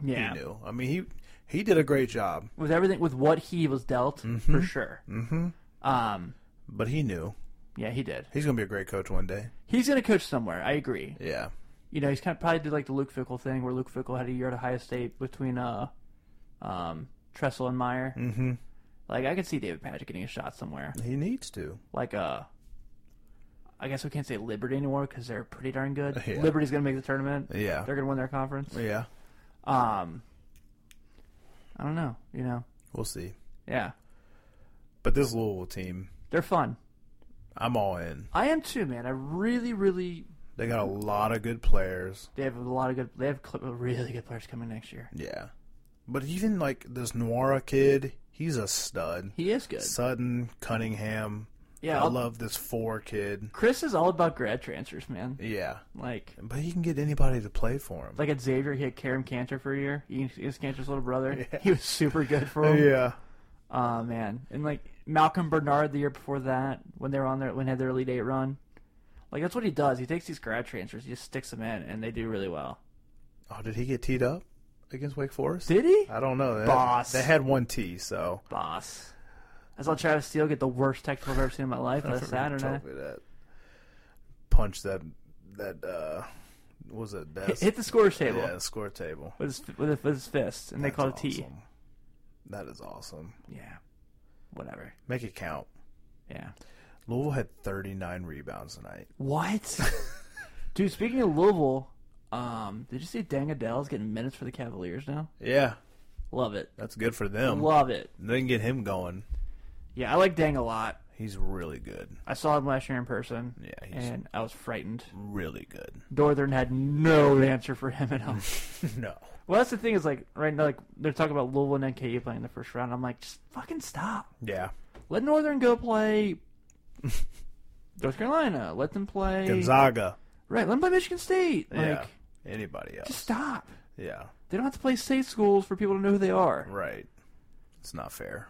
A: yeah.
B: He knew. I mean, he he did a great job,
A: With everything, with what he was dealt, for sure. Mm-hmm. Um,
B: but he knew
A: yeah, he did.
B: he's gonna be a great coach one day.
A: He's going to coach somewhere. I agree.
B: Yeah,
A: you know, he's kind of probably did like the Luke Fickle thing, where Luke Fickle had a year at Ohio State between uh, um, Tressel and Meyer. Mm-hmm. Like I could see David Patrick getting a shot somewhere.
B: he needs to.
A: Like uh, I guess we can't say Liberty anymore because they're pretty darn good.
B: Yeah.
A: Liberty's gonna make the tournament.
B: Yeah.
A: they're gonna win their conference.
B: Yeah,
A: Um, I don't know. You know,
B: we'll see.
A: yeah,
B: But this Louisville team,
A: they're fun.
B: I'm all in.
A: I am too, man. I really, really.
B: They got a lot of good players.
A: They have a lot of good. They have cl- really good players coming next year.
B: Yeah, but even like this Noira kid, he's a stud.
A: He is good.
B: Sutton, Cunningham.
A: Yeah,
B: I
A: I'll-
B: love this four kid.
A: Chris is all about grad transfers, man.
B: Yeah,
A: Like
B: but he can get anybody to play for him.
A: like at Xavier, he had Karim Cantor for a year. He he was Cantor's little brother. He was super good for him.
B: yeah,
A: Oh man, and like Malcolm Bernard the year before that, when they were on their when they had their elite eight run, like that's what he does. He takes these grad transfers, he just sticks them in, and they do really well.
B: Oh, did he get teed up against Wake Forest?
A: Did he,
B: I don't know. They
A: Boss.
B: Had, they had one tee, so
A: boss? I saw Travis Steele get the worst technical I've ever seen in my life last Saturday.
B: Told me that. Punch that that uh what was it
A: Hit,
B: desk?
A: hit the scorer's table
B: yeah, score table.
A: with, his, with his with his fist, and they called it a T.
B: Awesome. That is awesome.
A: Yeah, whatever.
B: Make it count.
A: Yeah.
B: Louisville had 39 rebounds tonight.
A: What? Dude, speaking of Louisville, um, did you see Dang Adele's getting minutes for the Cavaliers now?
B: Yeah,
A: Love it.
B: that's good for them.
A: Love it.
B: they can get him going.
A: Yeah, I like Dang a lot.
B: He's really good.
A: I saw him last year in person.
B: Yeah, he's-
A: and I was frightened.
B: Really good.
A: Northern had no answer for him at all.
B: no.
A: well, that's the thing is like right now, like they're talking about Louisville and NKU playing in the first round. I'm like, just fucking stop.
B: Yeah.
A: Let Northern go play North Carolina. Let them play
B: Gonzaga.
A: right. Let them play Michigan State. Like,
B: yeah. Anybody else?
A: just stop.
B: yeah.
A: They don't have to play state schools for people to know who they are.
B: Right. It's not fair.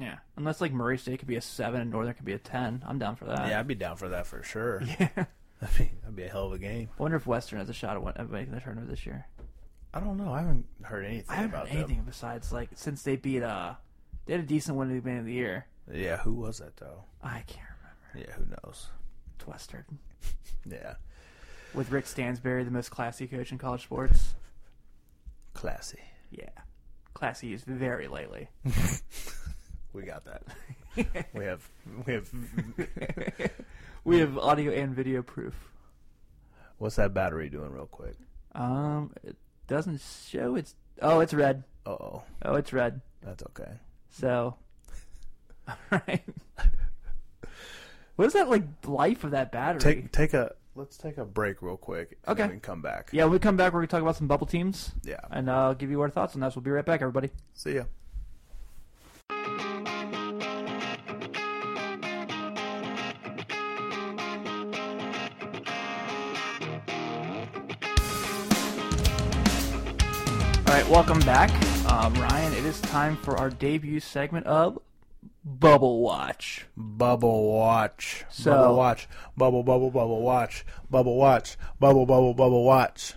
A: Yeah. Unless like Murray State could be a seven and Northern could be a ten. I'm down for that.
B: Yeah, I'd be down for that for sure. Yeah. I mean, that'd be a hell of a game.
A: I wonder if Western has a shot at win- at making the tournament this year.
B: I don't know. I haven't heard anything
A: I haven't
B: about
A: heard anything besides like since they beat uh they had a decent win at the beginning of the year.
B: them. Yeah, who was that though?
A: I can't remember.
B: Yeah, who knows?
A: It's Western
B: Yeah,
A: with Rick Stansbury, the most classy coach in college sports.
B: classy.
A: Yeah, classy used very lightly.
B: We got that. we have we have.
A: We have audio and video proof.
B: What's that battery doing, real quick?
A: Um, it doesn't show. It's oh, it's red.
B: Uh oh,
A: Oh, it's red.
B: that's okay.
A: So, all right. What is that like life of that battery?
B: Take take a let's take a break real quick. and
A: Okay.
B: then we can come back.
A: yeah, when we come back, we're gonna talk about some bubble teams.
B: Yeah.
A: and uh, give you our thoughts on that. So we'll be right back, everybody.
B: See ya.
A: All right, welcome back, um, Ryan. It is time for our debut segment of Bubble Watch.
B: Bubble watch.
A: So-
B: bubble watch. Bubble bubble bubble watch. Bubble watch. Bubble bubble bubble watch.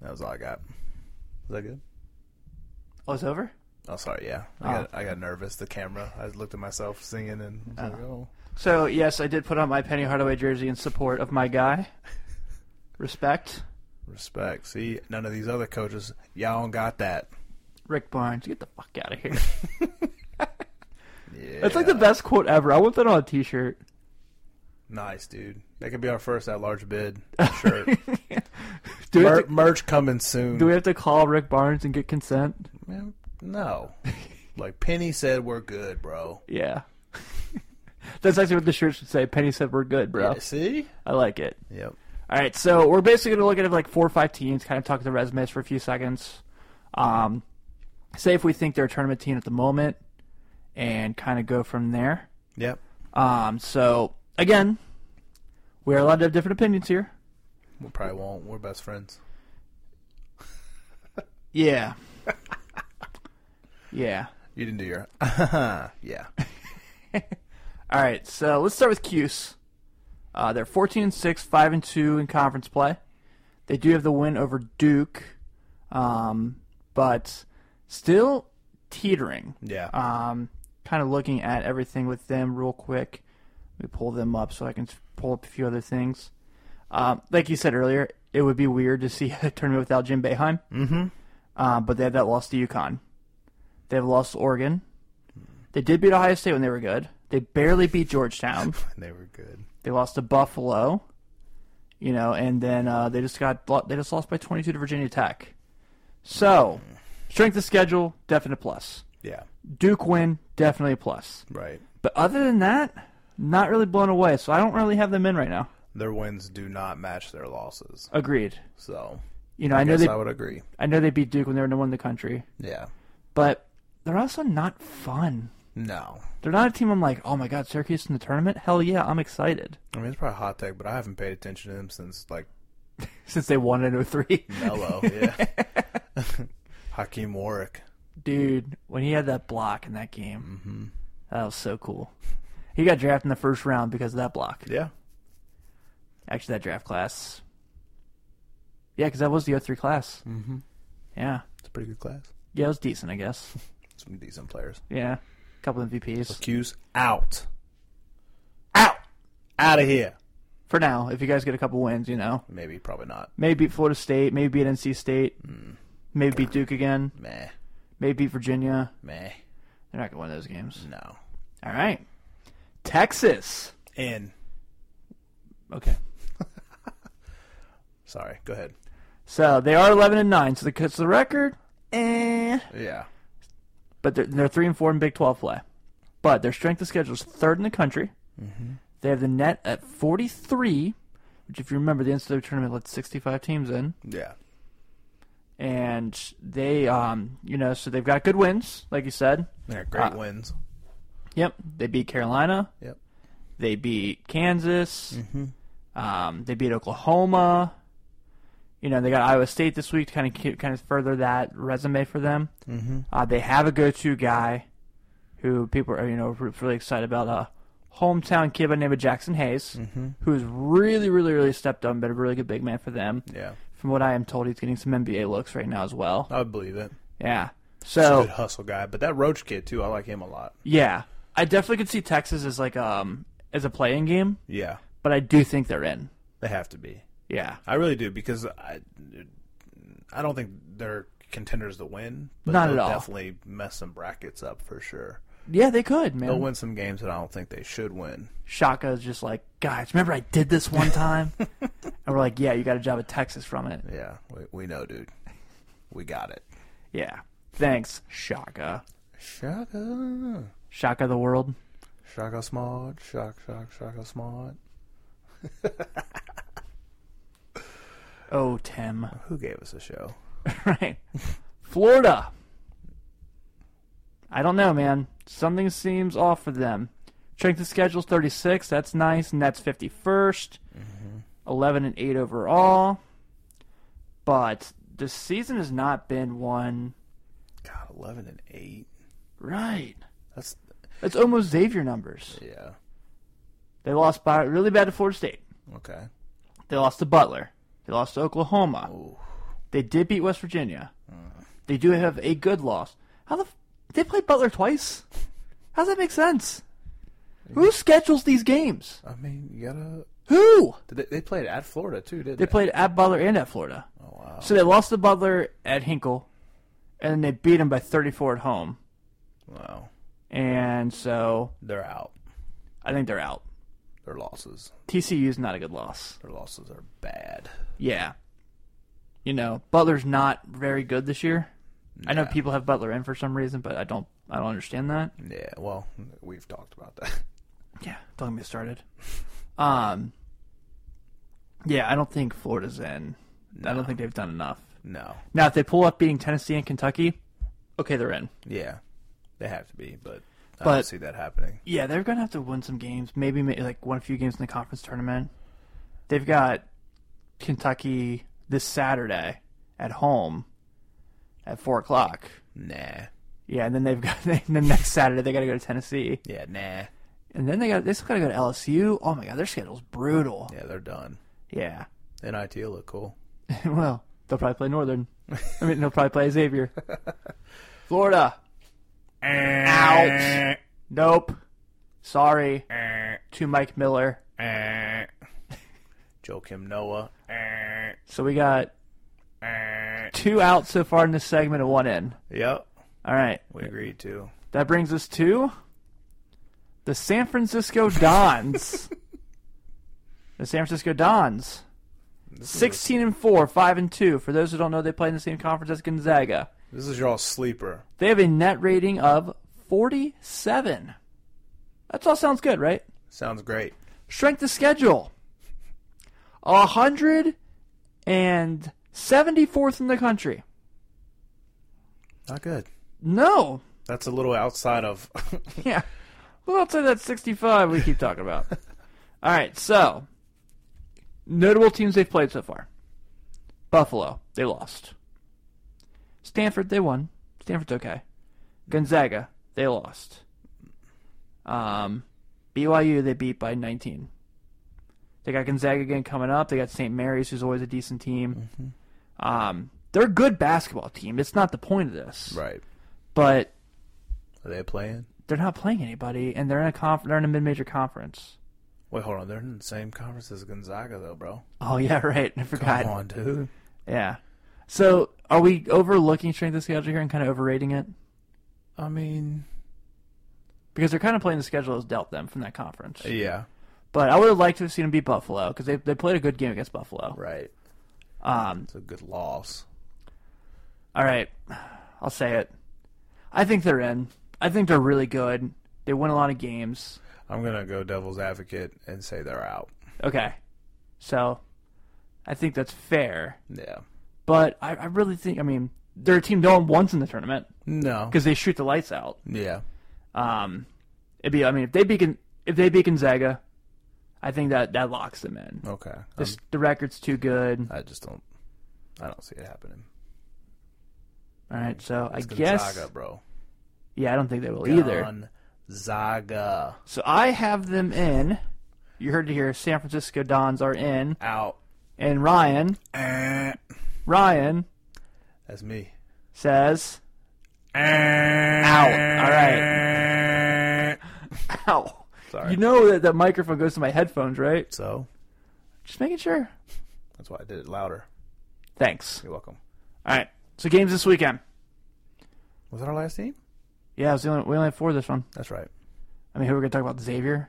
B: That was all I got. Is that good?
A: Oh, it's over.
B: Oh, sorry. Yeah, I,
A: Ah.
B: got, I got nervous. The camera. I looked at myself singing and I
A: Ah.
B: was like, oh.
A: So yes, I did put on my Penny Hardaway jersey in support of my guy. Respect,
B: respect. See, none of these other coaches, y'all don't got that.
A: Rick Barnes. Get the fuck out of here.
B: Yeah,
A: That's like the best quote ever. I want that on a T-shirt.
B: nice dude. That could be our first at large bid shirt.
A: Do we,
B: Mer-
A: have to,
B: merch coming soon.
A: do we have to call Rick Barnes and get consent?
B: Man, no. like Penny said, we're good, bro.
A: Yeah. That's actually what the shirt should say. Penny said we're good, bro.
B: Yeah, see?
A: I like it.
B: Yep.
A: All right, so we're basically going to look at like four or five teams, kind of talk to the resumes for a few seconds. Um, say if we think they're a tournament team at the moment, and kind of go from there.
B: Yep.
A: Um, so again, we are allowed to have different opinions here.
B: We probably won't. We're best friends.
A: Yeah. yeah.
B: You didn't do your. yeah.
A: All right, so let's start with Cuse. Uh, they're 14 and 6, 5 and 2 in conference play. They do have the win over Duke, um, but still teetering.
B: Yeah.
A: Um, kind of looking at everything with them real quick. Let me pull them up so I can pull up a few other things. Um, like you said earlier, it would be weird to see a tournament without Jim Beheim. Mm-hmm. Uh, but they have that loss to UConn. They have lost to Oregon. They did beat Ohio State when they were good. They barely beat Georgetown.
B: they were good.
A: They lost to Buffalo, you know, and then uh, they just got they just lost by 22 to Virginia Tech. So, strength of schedule, definite plus.
B: Yeah.
A: Duke win, definitely a plus.
B: Right.
A: But other than that, not really blown away. So I don't really have them in right now.
B: Their wins do not match their losses.
A: Agreed.
B: So
A: You know, I,
B: I,
A: know
B: guess
A: they
B: I
A: I,
B: would agree.
A: know they beat Duke when they were number one in the country,
B: Yeah.
A: but they're also not fun.
B: No.
A: They're not a team I'm like, oh my god, Syracuse in the tournament? Hell yeah, I'm excited.
B: I mean, it's probably a hot take, but I haven't paid attention to them since like
A: Since they won in 03.
B: Mello. yeah. Hakeem Warwick.
A: Dude, when he had that block in that game, that was so cool. He got drafted in the first round because of that block.
B: Yeah.
A: Actually, that draft class. Yeah, because that was the 03 class. Mm-hmm. Yeah.
B: It's a pretty good class.
A: Yeah, it was decent, I guess.
B: Some decent players.
A: Yeah. couple MVPs.
B: Q's out.
A: Out!
B: Out of here.
A: For now, if you guys get a couple wins, you know.
B: Maybe, probably not.
A: Maybe beat Florida State, maybe beat NC State, maybe beat Duke again,
B: Meh.
A: maybe beat Virginia.
B: Meh.
A: They're not going to win those games.
B: No.
A: All right. Texas.
B: In.
A: Okay.
B: Sorry. Go ahead.
A: So they are 11 and 9, so the, so the record, eh.
B: Yeah.
A: But they're, they're 3 and 4 in Big 12 play. But their strength of schedule is third in the country. They have the net at 43, which, if you remember, the NCAA tournament let 65 teams in.
B: Yeah.
A: and they um you know so they've got good wins like you said
B: Yeah. Great
A: Uh,
B: wins.
A: yep they beat carolina
B: Yep.
A: they beat kansas um, they beat oklahoma you know they got iowa state this week to kind of kind of further that resume for them mm-hmm. uh, they have a go-to guy who people are you know really excited about a hometown kid by the name of jackson hayes who's really really really stepped up and been a really good big man for them
B: Yeah.
A: from what i am told he's getting some nba looks right now as well
B: I would believe it.
A: Yeah.
B: Good
A: So
B: hustle guy, but that Roach kid too. I like him a lot.
A: yeah, I definitely could see Texas as like um as a playing game,
B: Yeah,
A: but I do think they're in.
B: they have to be.
A: Yeah.
B: I really do because I, I don't think they're contenders to win. But
A: Not
B: they'll
A: at all.
B: Definitely mess some brackets up for sure.
A: Yeah, they could,
B: They'll
A: man.
B: win some games that I don't think they should win.
A: Shaka is just like, guys, remember I did this one time? and we're like, yeah, you got a job at Texas from it.
B: Yeah, we, we know, dude. We got it.
A: Yeah. Thanks, Shaka.
B: Shaka,
A: Shaka the world.
B: Shaka smart, shock, shock, Shaka smart.
A: Oh, Tim.
B: Who gave us a show?
A: right. Florida. I don't know, man. Something seems off for them. Strength of schedule's 36. That's nice, and that's 51st. 11 and 8 overall. But the season has not been one.
B: God, eleven and eight.
A: Right.
B: That's
A: That's almost Xavier numbers.
B: yeah.
A: They lost by really bad to Florida State.
B: Okay.
A: They lost to Butler. They lost to Oklahoma.
B: Ooh.
A: They did beat West Virginia. They do have a good loss. How the f- they played Butler twice? How does that make sense? Who schedules these games?
B: I mean, you gotta.
A: Who?
B: Did They, they played at Florida too, didn't
A: They
B: they?
A: played at Butler and at Florida.
B: oh wow.
A: So they lost to Butler at Hinkle, and then they beat them by 34 at home.
B: Wow.
A: And so
B: They're out.
A: I think they're out.
B: Their losses.
A: TCU's not a good loss.
B: Their losses are bad.
A: Yeah. you know, Butler's not very good this year. I know
B: No.
A: people have Butler in for some reason, but I don't. I don't understand that.
B: Yeah, well, we've talked about that.
A: Yeah, don't get me started. Um, yeah, I don't think Florida's in. I don't think they've done enough.
B: No.
A: Now, if they pull up beating Tennessee and Kentucky, okay, they're in.
B: Yeah. They have to be, but I
A: But-
B: don't see that happening.
A: Yeah, they're gonna have to win some games. Maybe ma- like win a few games in the conference tournament. They've got Kentucky this Saturday at home at four o'clock.
B: Nah.
A: Yeah, and then they've got then the next Saturday they got to go to Tennessee,
B: Yeah, nah.
A: and then they got they still got to go to LSU. Oh my God, their schedule's brutal.
B: Yeah, they're done.
A: Yeah,
B: NIT will look cool.
A: well they'll probably play Northern. I mean they'll probably play Xavier. Florida out. Nope. Sorry to Mike Miller.
B: Joe Kim Noah.
A: So we got two out so far in this segment and one in.
B: Yep.
A: All right.
B: We agreed to.
A: That brings us to the San Francisco Dons. the San Francisco Dons. 16 and 4, 5 and 2. For those who don't know, they play in the same conference as Gonzaga.
B: This is your all sleeper.
A: They have a net rating of 47. That all sounds good, right?
B: Sounds great.
A: Strength of schedule 174th in the country.
B: Not good.
A: No,
B: That's a little outside of.
A: yeah. Well, outside that 65 we keep talking about. All right, so notable teams they've played so far. Buffalo, they lost. Stanford, they won. Stanford's okay. Gonzaga, they lost. Um, BYU, they beat by 19. They got Gonzaga again coming up. They got St. Mary's, who's always a decent team. Um, they're a good basketball team. It's not the point of this,
B: right.
A: but
B: Are they playing?
A: they're not playing anybody, and they're in a conf- they're in a mid major conference.
B: Wait, hold on. They're in the same conference as Gonzaga, though, bro.
A: Oh yeah, right. I forgot.
B: Come on, dude.
A: Yeah. So are we overlooking strength of schedule here and kind of overrating it
B: I mean,
A: because they're kind of playing the schedule as dealt them from that conference?
B: yeah.
A: But I would have liked to have seen them beat Buffalo because they they played a good game against Buffalo.
B: Right.
A: Um.
B: It's a good loss.
A: All right, I'll say it. I think they're in. I think they're really good. They win a lot of games.
B: I'm going to go devil's advocate and say they're out.
A: Okay. So, I think that's fair.
B: Yeah.
A: But I, I really think I mean they're a team no one wants in the tournament.
B: No.
A: because they shoot the lights out.
B: Yeah.
A: Um, it'd be I mean if they beat Gon- if they beat Gonzaga, I think that that locks them in.
B: Okay.
A: This, the record's too good.
B: I just don't. I don't see it happening.
A: All right, so I
B: It's
A: guess
B: Gonzaga, bro.
A: yeah, I don't think they will either.
B: Gonzaga
A: So I have them in. You heard it here. San Francisco Dons are in,
B: out.
A: and Ryan
B: Eh.
A: Ryan
B: That's me.
A: says out. All right, ow.
B: Sorry.
A: You know that that microphone goes to my headphones, right?
B: so
A: Just making sure.
B: that's why I did it louder.
A: Thanks.
B: You're welcome.
A: All right. So games this weekend.
B: Was that our last team?
A: Yeah, it was the only, we only have four this one.
B: That's right.
A: I mean, who are we going to talk about? Xavier,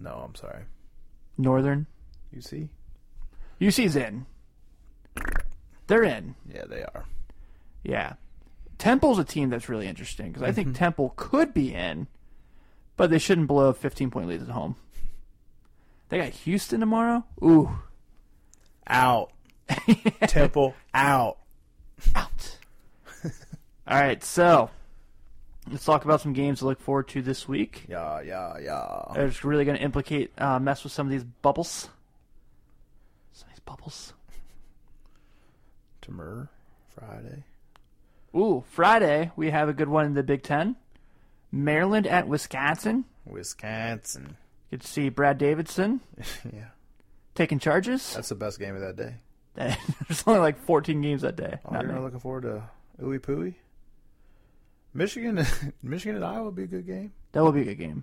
B: No, I'm sorry.
A: Northern,
B: You see?
A: UC's in. They're in.
B: Yeah, they are.
A: Yeah, Temple's a team that's really interesting because I think Temple could be in, but they shouldn't blow a 15 point lead at home. They got Houston tomorrow. Ooh,
B: Out. Temple out.
A: out. All right, so let's talk about some games to look forward to this week.
B: Yeah, yeah, yeah.
A: It's really going to implicate uh, mess with some of these bubbles. Some of these bubbles.
B: Demur Friday.
A: Ooh, Friday we have a good one in the Big Ten. Maryland at Wisconsin.
B: Wisconsin.
A: You could see Brad Davidson
B: yeah.
A: taking charges.
B: That's the best game of that day.
A: There's only like 14 games that day.
B: Oh,
A: Not
B: you're
A: many.
B: not looking forward to Ooey Pooey? Michigan Michigan and Iowa would be a good game.
A: that will be a good game.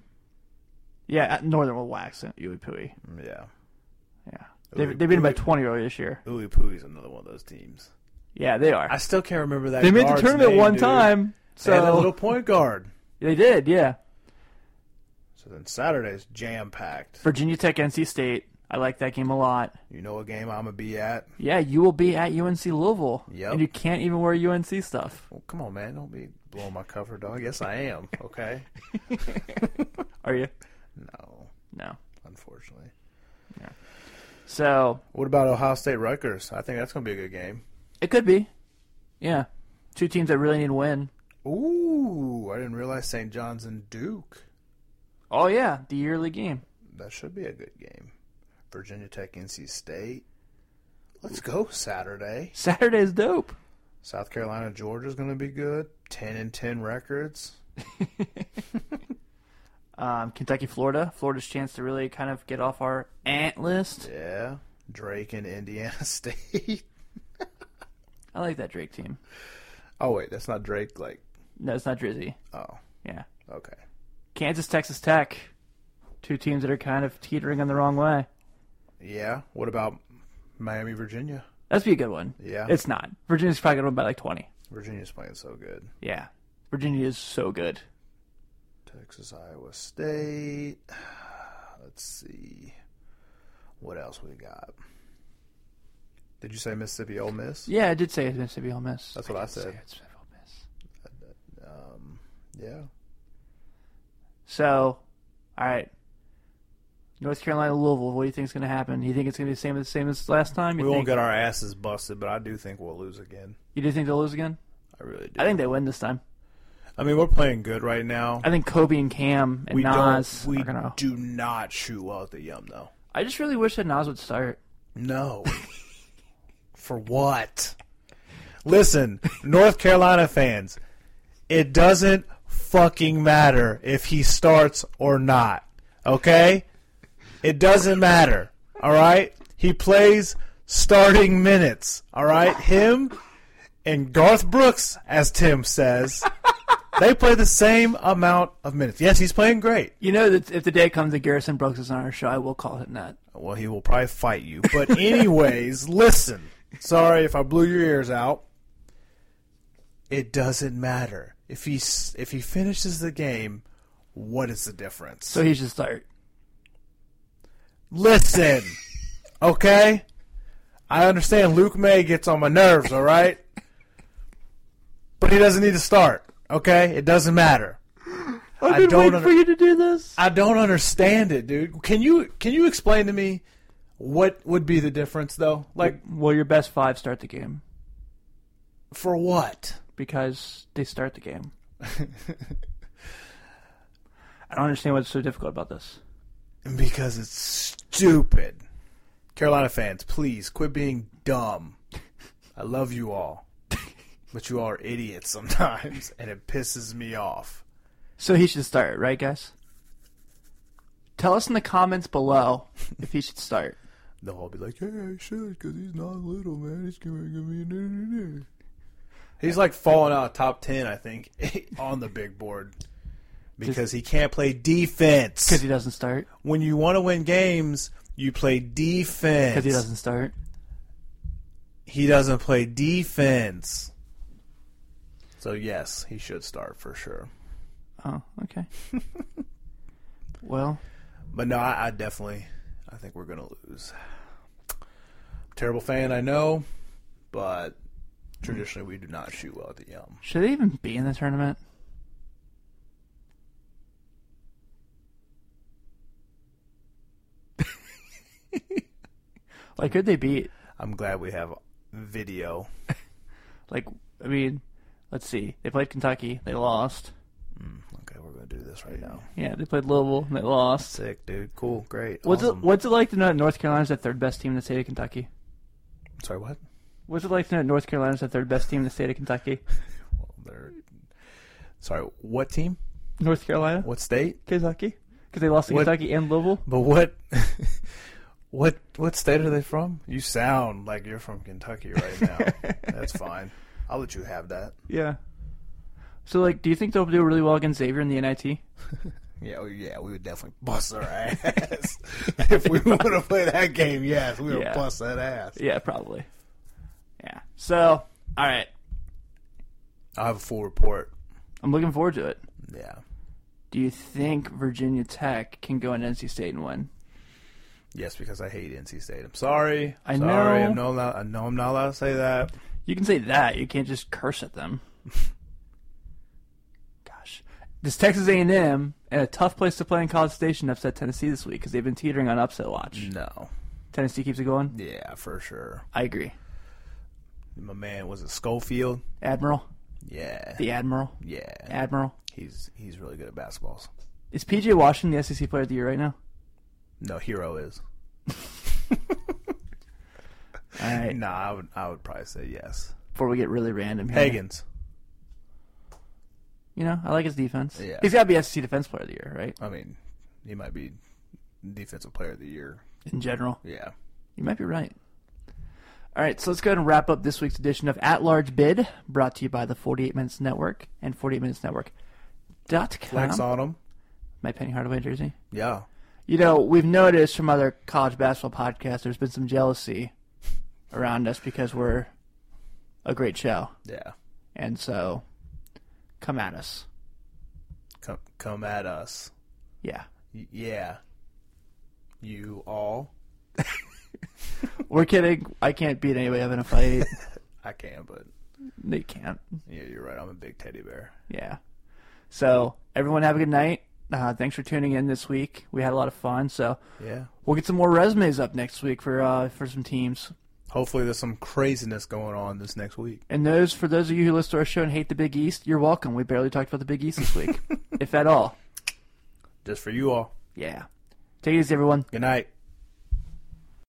A: Yeah, at Northern will wax it. Uwe Pui.
B: Mm, Yeah.
A: Yeah. They, they beat him by
B: Ooey.
A: 20 earlier this year.
B: Ooey Pooey's another one of those teams.
A: Yeah, they are.
B: I still can't remember that.
A: they made the
B: guard's
A: tournament
B: name,
A: one
B: dude.
A: time.
B: They had a
A: So
B: little point guard.
A: they did, yeah.
B: So then Saturday's jam packed.
A: Virginia Tech, NC State. I like that game a lot.
B: You know what game I'm gonna be at?
A: Yeah, you will be at UNC Louisville.
B: Yep.
A: And you can't even wear UNC stuff.
B: Well, come on, man, don't be blowing my cover, dog. Yes, I am. Okay.
A: Are you?
B: no,
A: No.
B: unfortunately.
A: So
B: What about Ohio State Rutgers? I think that's gonna be a good game.
A: it could be. Yeah. Two teams that really need to win.
B: Ooh, I didn't realize St. John's and Duke.
A: Oh yeah, the yearly game.
B: That should be a good game. Virginia Tech, NC State. Let's go Saturday.
A: Saturday's dope.
B: South Carolina, Georgia's going to be good. Ten and ten records.
A: Um, Kentucky, Florida. Florida's chance to really kind of get off our ant list.
B: Yeah, Drake and Indiana State.
A: I like that Drake team.
B: oh wait, that's not Drake. Like,
A: No, it's not Drizzy.
B: oh,
A: Yeah.
B: okay.
A: Kansas, Texas Tech. Two teams that are kind of teetering on the wrong way.
B: Yeah. What about Miami, Virginia?
A: That'd be a good one.
B: Yeah.
A: It's not. Virginia's probably going to win by like 20.
B: Virginia's playing so good.
A: Yeah. Virginia is so good.
B: Texas, Iowa State. Let's see. What else we got? Did you say Mississippi Ole Miss?
A: Yeah, I did say it's Mississippi Ole Miss.
B: That's what I
A: did say
B: said.
A: it's Mississippi Ole Miss.
B: Um, yeah.
A: So, all right. North Carolina, Louisville. What do you think is going to happen? You think it's going to be the same as same as last time? You
B: We won't
A: think,
B: get our asses busted, but I do think we'll lose again.
A: You do think they'll lose again?
B: I really do.
A: I think they win this time.
B: I mean, we're playing good right now.
A: I think Kobe and Cam and
B: We
A: Nas
B: don't. We
A: are gonna.
B: do not shoot well at the yum, though.
A: I just really wish that Nas would start.
B: No. For what? Listen, North Carolina fans, it doesn't fucking matter if he starts or not. Okay? It doesn't matter. All right? He plays starting minutes. All right? Him and Garth Brooks, as Tim says, they play the same amount of minutes. Yes, he's playing great.
A: You know that if the day comes that Garrison Brooks is on our show, I will call him that.
B: Well, he will probably fight you. But anyways, listen. Sorry if I blew your ears out. It doesn't matter if he s- if he finishes the game. What is the difference?
A: So he should start.
B: listen, okay. I understand Luke May gets on my nerves. All right, but he doesn't need to start. Okay, it doesn't matter.
A: I've
B: I been
A: been waiting
B: don't waiting under-
A: for
B: for
A: you to do this.
B: I don't understand it, dude. Can you can you explain to me what would be the difference though? Like
A: Will your best five start the game
B: for what?
A: because they start the game? I don't understand what's so difficult about this.
B: Because it's stupid. Carolina fans, please quit being dumb. I love you all. But you are idiots sometimes, and it pisses me off.
A: So he should start, right, guys? Tell us in the comments below if he should start.
B: They'll all be like, "Yeah, he should, because he's not little, man. He's gonna give me." He's like falling out of top ten, I think, on the big board because he can't play defense.
A: Because he doesn't start.
B: When you want to win games, you play defense.
A: Because he doesn't start.
B: he doesn't play defense. So yes, he should start for sure.
A: Oh, okay. well,
B: But no, I, I definitely, I think we're gonna lose. Terrible fan, I know, but traditionally we do not shoot well at the yum.
A: should they even be in the tournament? like, could they be?
B: I'm glad we have video.
A: Like, I mean, let's see. They played Kentucky. They lost.
B: Okay, we're gonna do this right now.
A: Yeah, they played Louisville. And they lost.
B: Sick, dude. Cool, great.
A: What's
B: awesome.
A: it? What's it like to know that North Carolina's the third best team in the state of Kentucky?
B: Sorry, what?
A: What's it like to know that North Carolina's the third best team in the state of Kentucky?
B: Well, they're... Sorry, what team?
A: North Carolina,
B: What state?
A: Kentucky, because they lost to
B: What-
A: Kentucky and Louisville.
B: But what, what, what state are they from? You sound like you're from Kentucky right now. That's fine. I'll let you have that.
A: Yeah. So, like, do you think they'll do really well against Xavier in the NIT?
B: Yeah, we- yeah, we would definitely bust their ass if we would have played that game. Yes, we would
A: Yeah.
B: bust that ass.
A: Yeah, probably. Yeah. So, all right,
B: I have a full report.
A: I'm looking forward to it.
B: Yeah,
A: Do you think Virginia Tech can go in NC State and win?
B: Yes, because I hate NC State. I'm sorry.
A: I
B: sorry.
A: know.
B: I'm not allowed, I know I'm not allowed to say that.
A: You can say that. You can't just curse at them. Gosh, this Texas A&M and a tough place to play in College Station upset Tennessee this week because they've been teetering on upset watch.
B: No.
A: Tennessee keeps it going.
B: Yeah, for sure.
A: Mm. I agree.
B: My man was it Schofield.
A: Admiral,
B: Yeah.
A: the Admiral,
B: Yeah.
A: Admiral.
B: He's he's really good at basketballs.
A: Is PJ Washington the SEC Player of the Year right now?
B: No, Hero is.
A: All right.
B: Nah, I would I would probably say yes.
A: Before we get really random, here.
B: Higgins.
A: You know, I like his defense.
B: Yeah.
A: He's got to be SEC Defense Player of the Year, right?
B: I mean, he might be defensive player of the year.
A: In general.
B: Yeah.
A: You might be right. All right, so let's go ahead and wrap up this week's edition of At Large Bid, brought to you by the 48 Minutes Network and 48 Minutes Network. Dot
B: Flex
A: com.
B: on him.
A: My Penny Hardaway jersey.
B: Yeah.
A: You know, we've noticed from other college basketball podcasts there's been some jealousy around us because we're a great show.
B: Yeah.
A: And so come at us.
B: Come come at us.
A: Yeah.
B: Y- yeah. You all.
A: We're kidding. I can't beat anybody up in a fight.
B: I can, but
A: they can't.
B: yeah, you're right. I'm a big teddy bear.
A: Yeah. So everyone have a good night. Uh, thanks for tuning in this week. We had a lot of fun. So
B: Yeah.
A: we'll get some more resumes up next week for uh, for some teams.
B: Hopefully, there's some craziness going on this next week.
A: And those for those of you who listen to our show and hate the Big East, you're welcome. We barely talked about the Big East this week, if at all.
B: Just for you all.
A: Yeah. Take it easy, everyone.
B: Good night.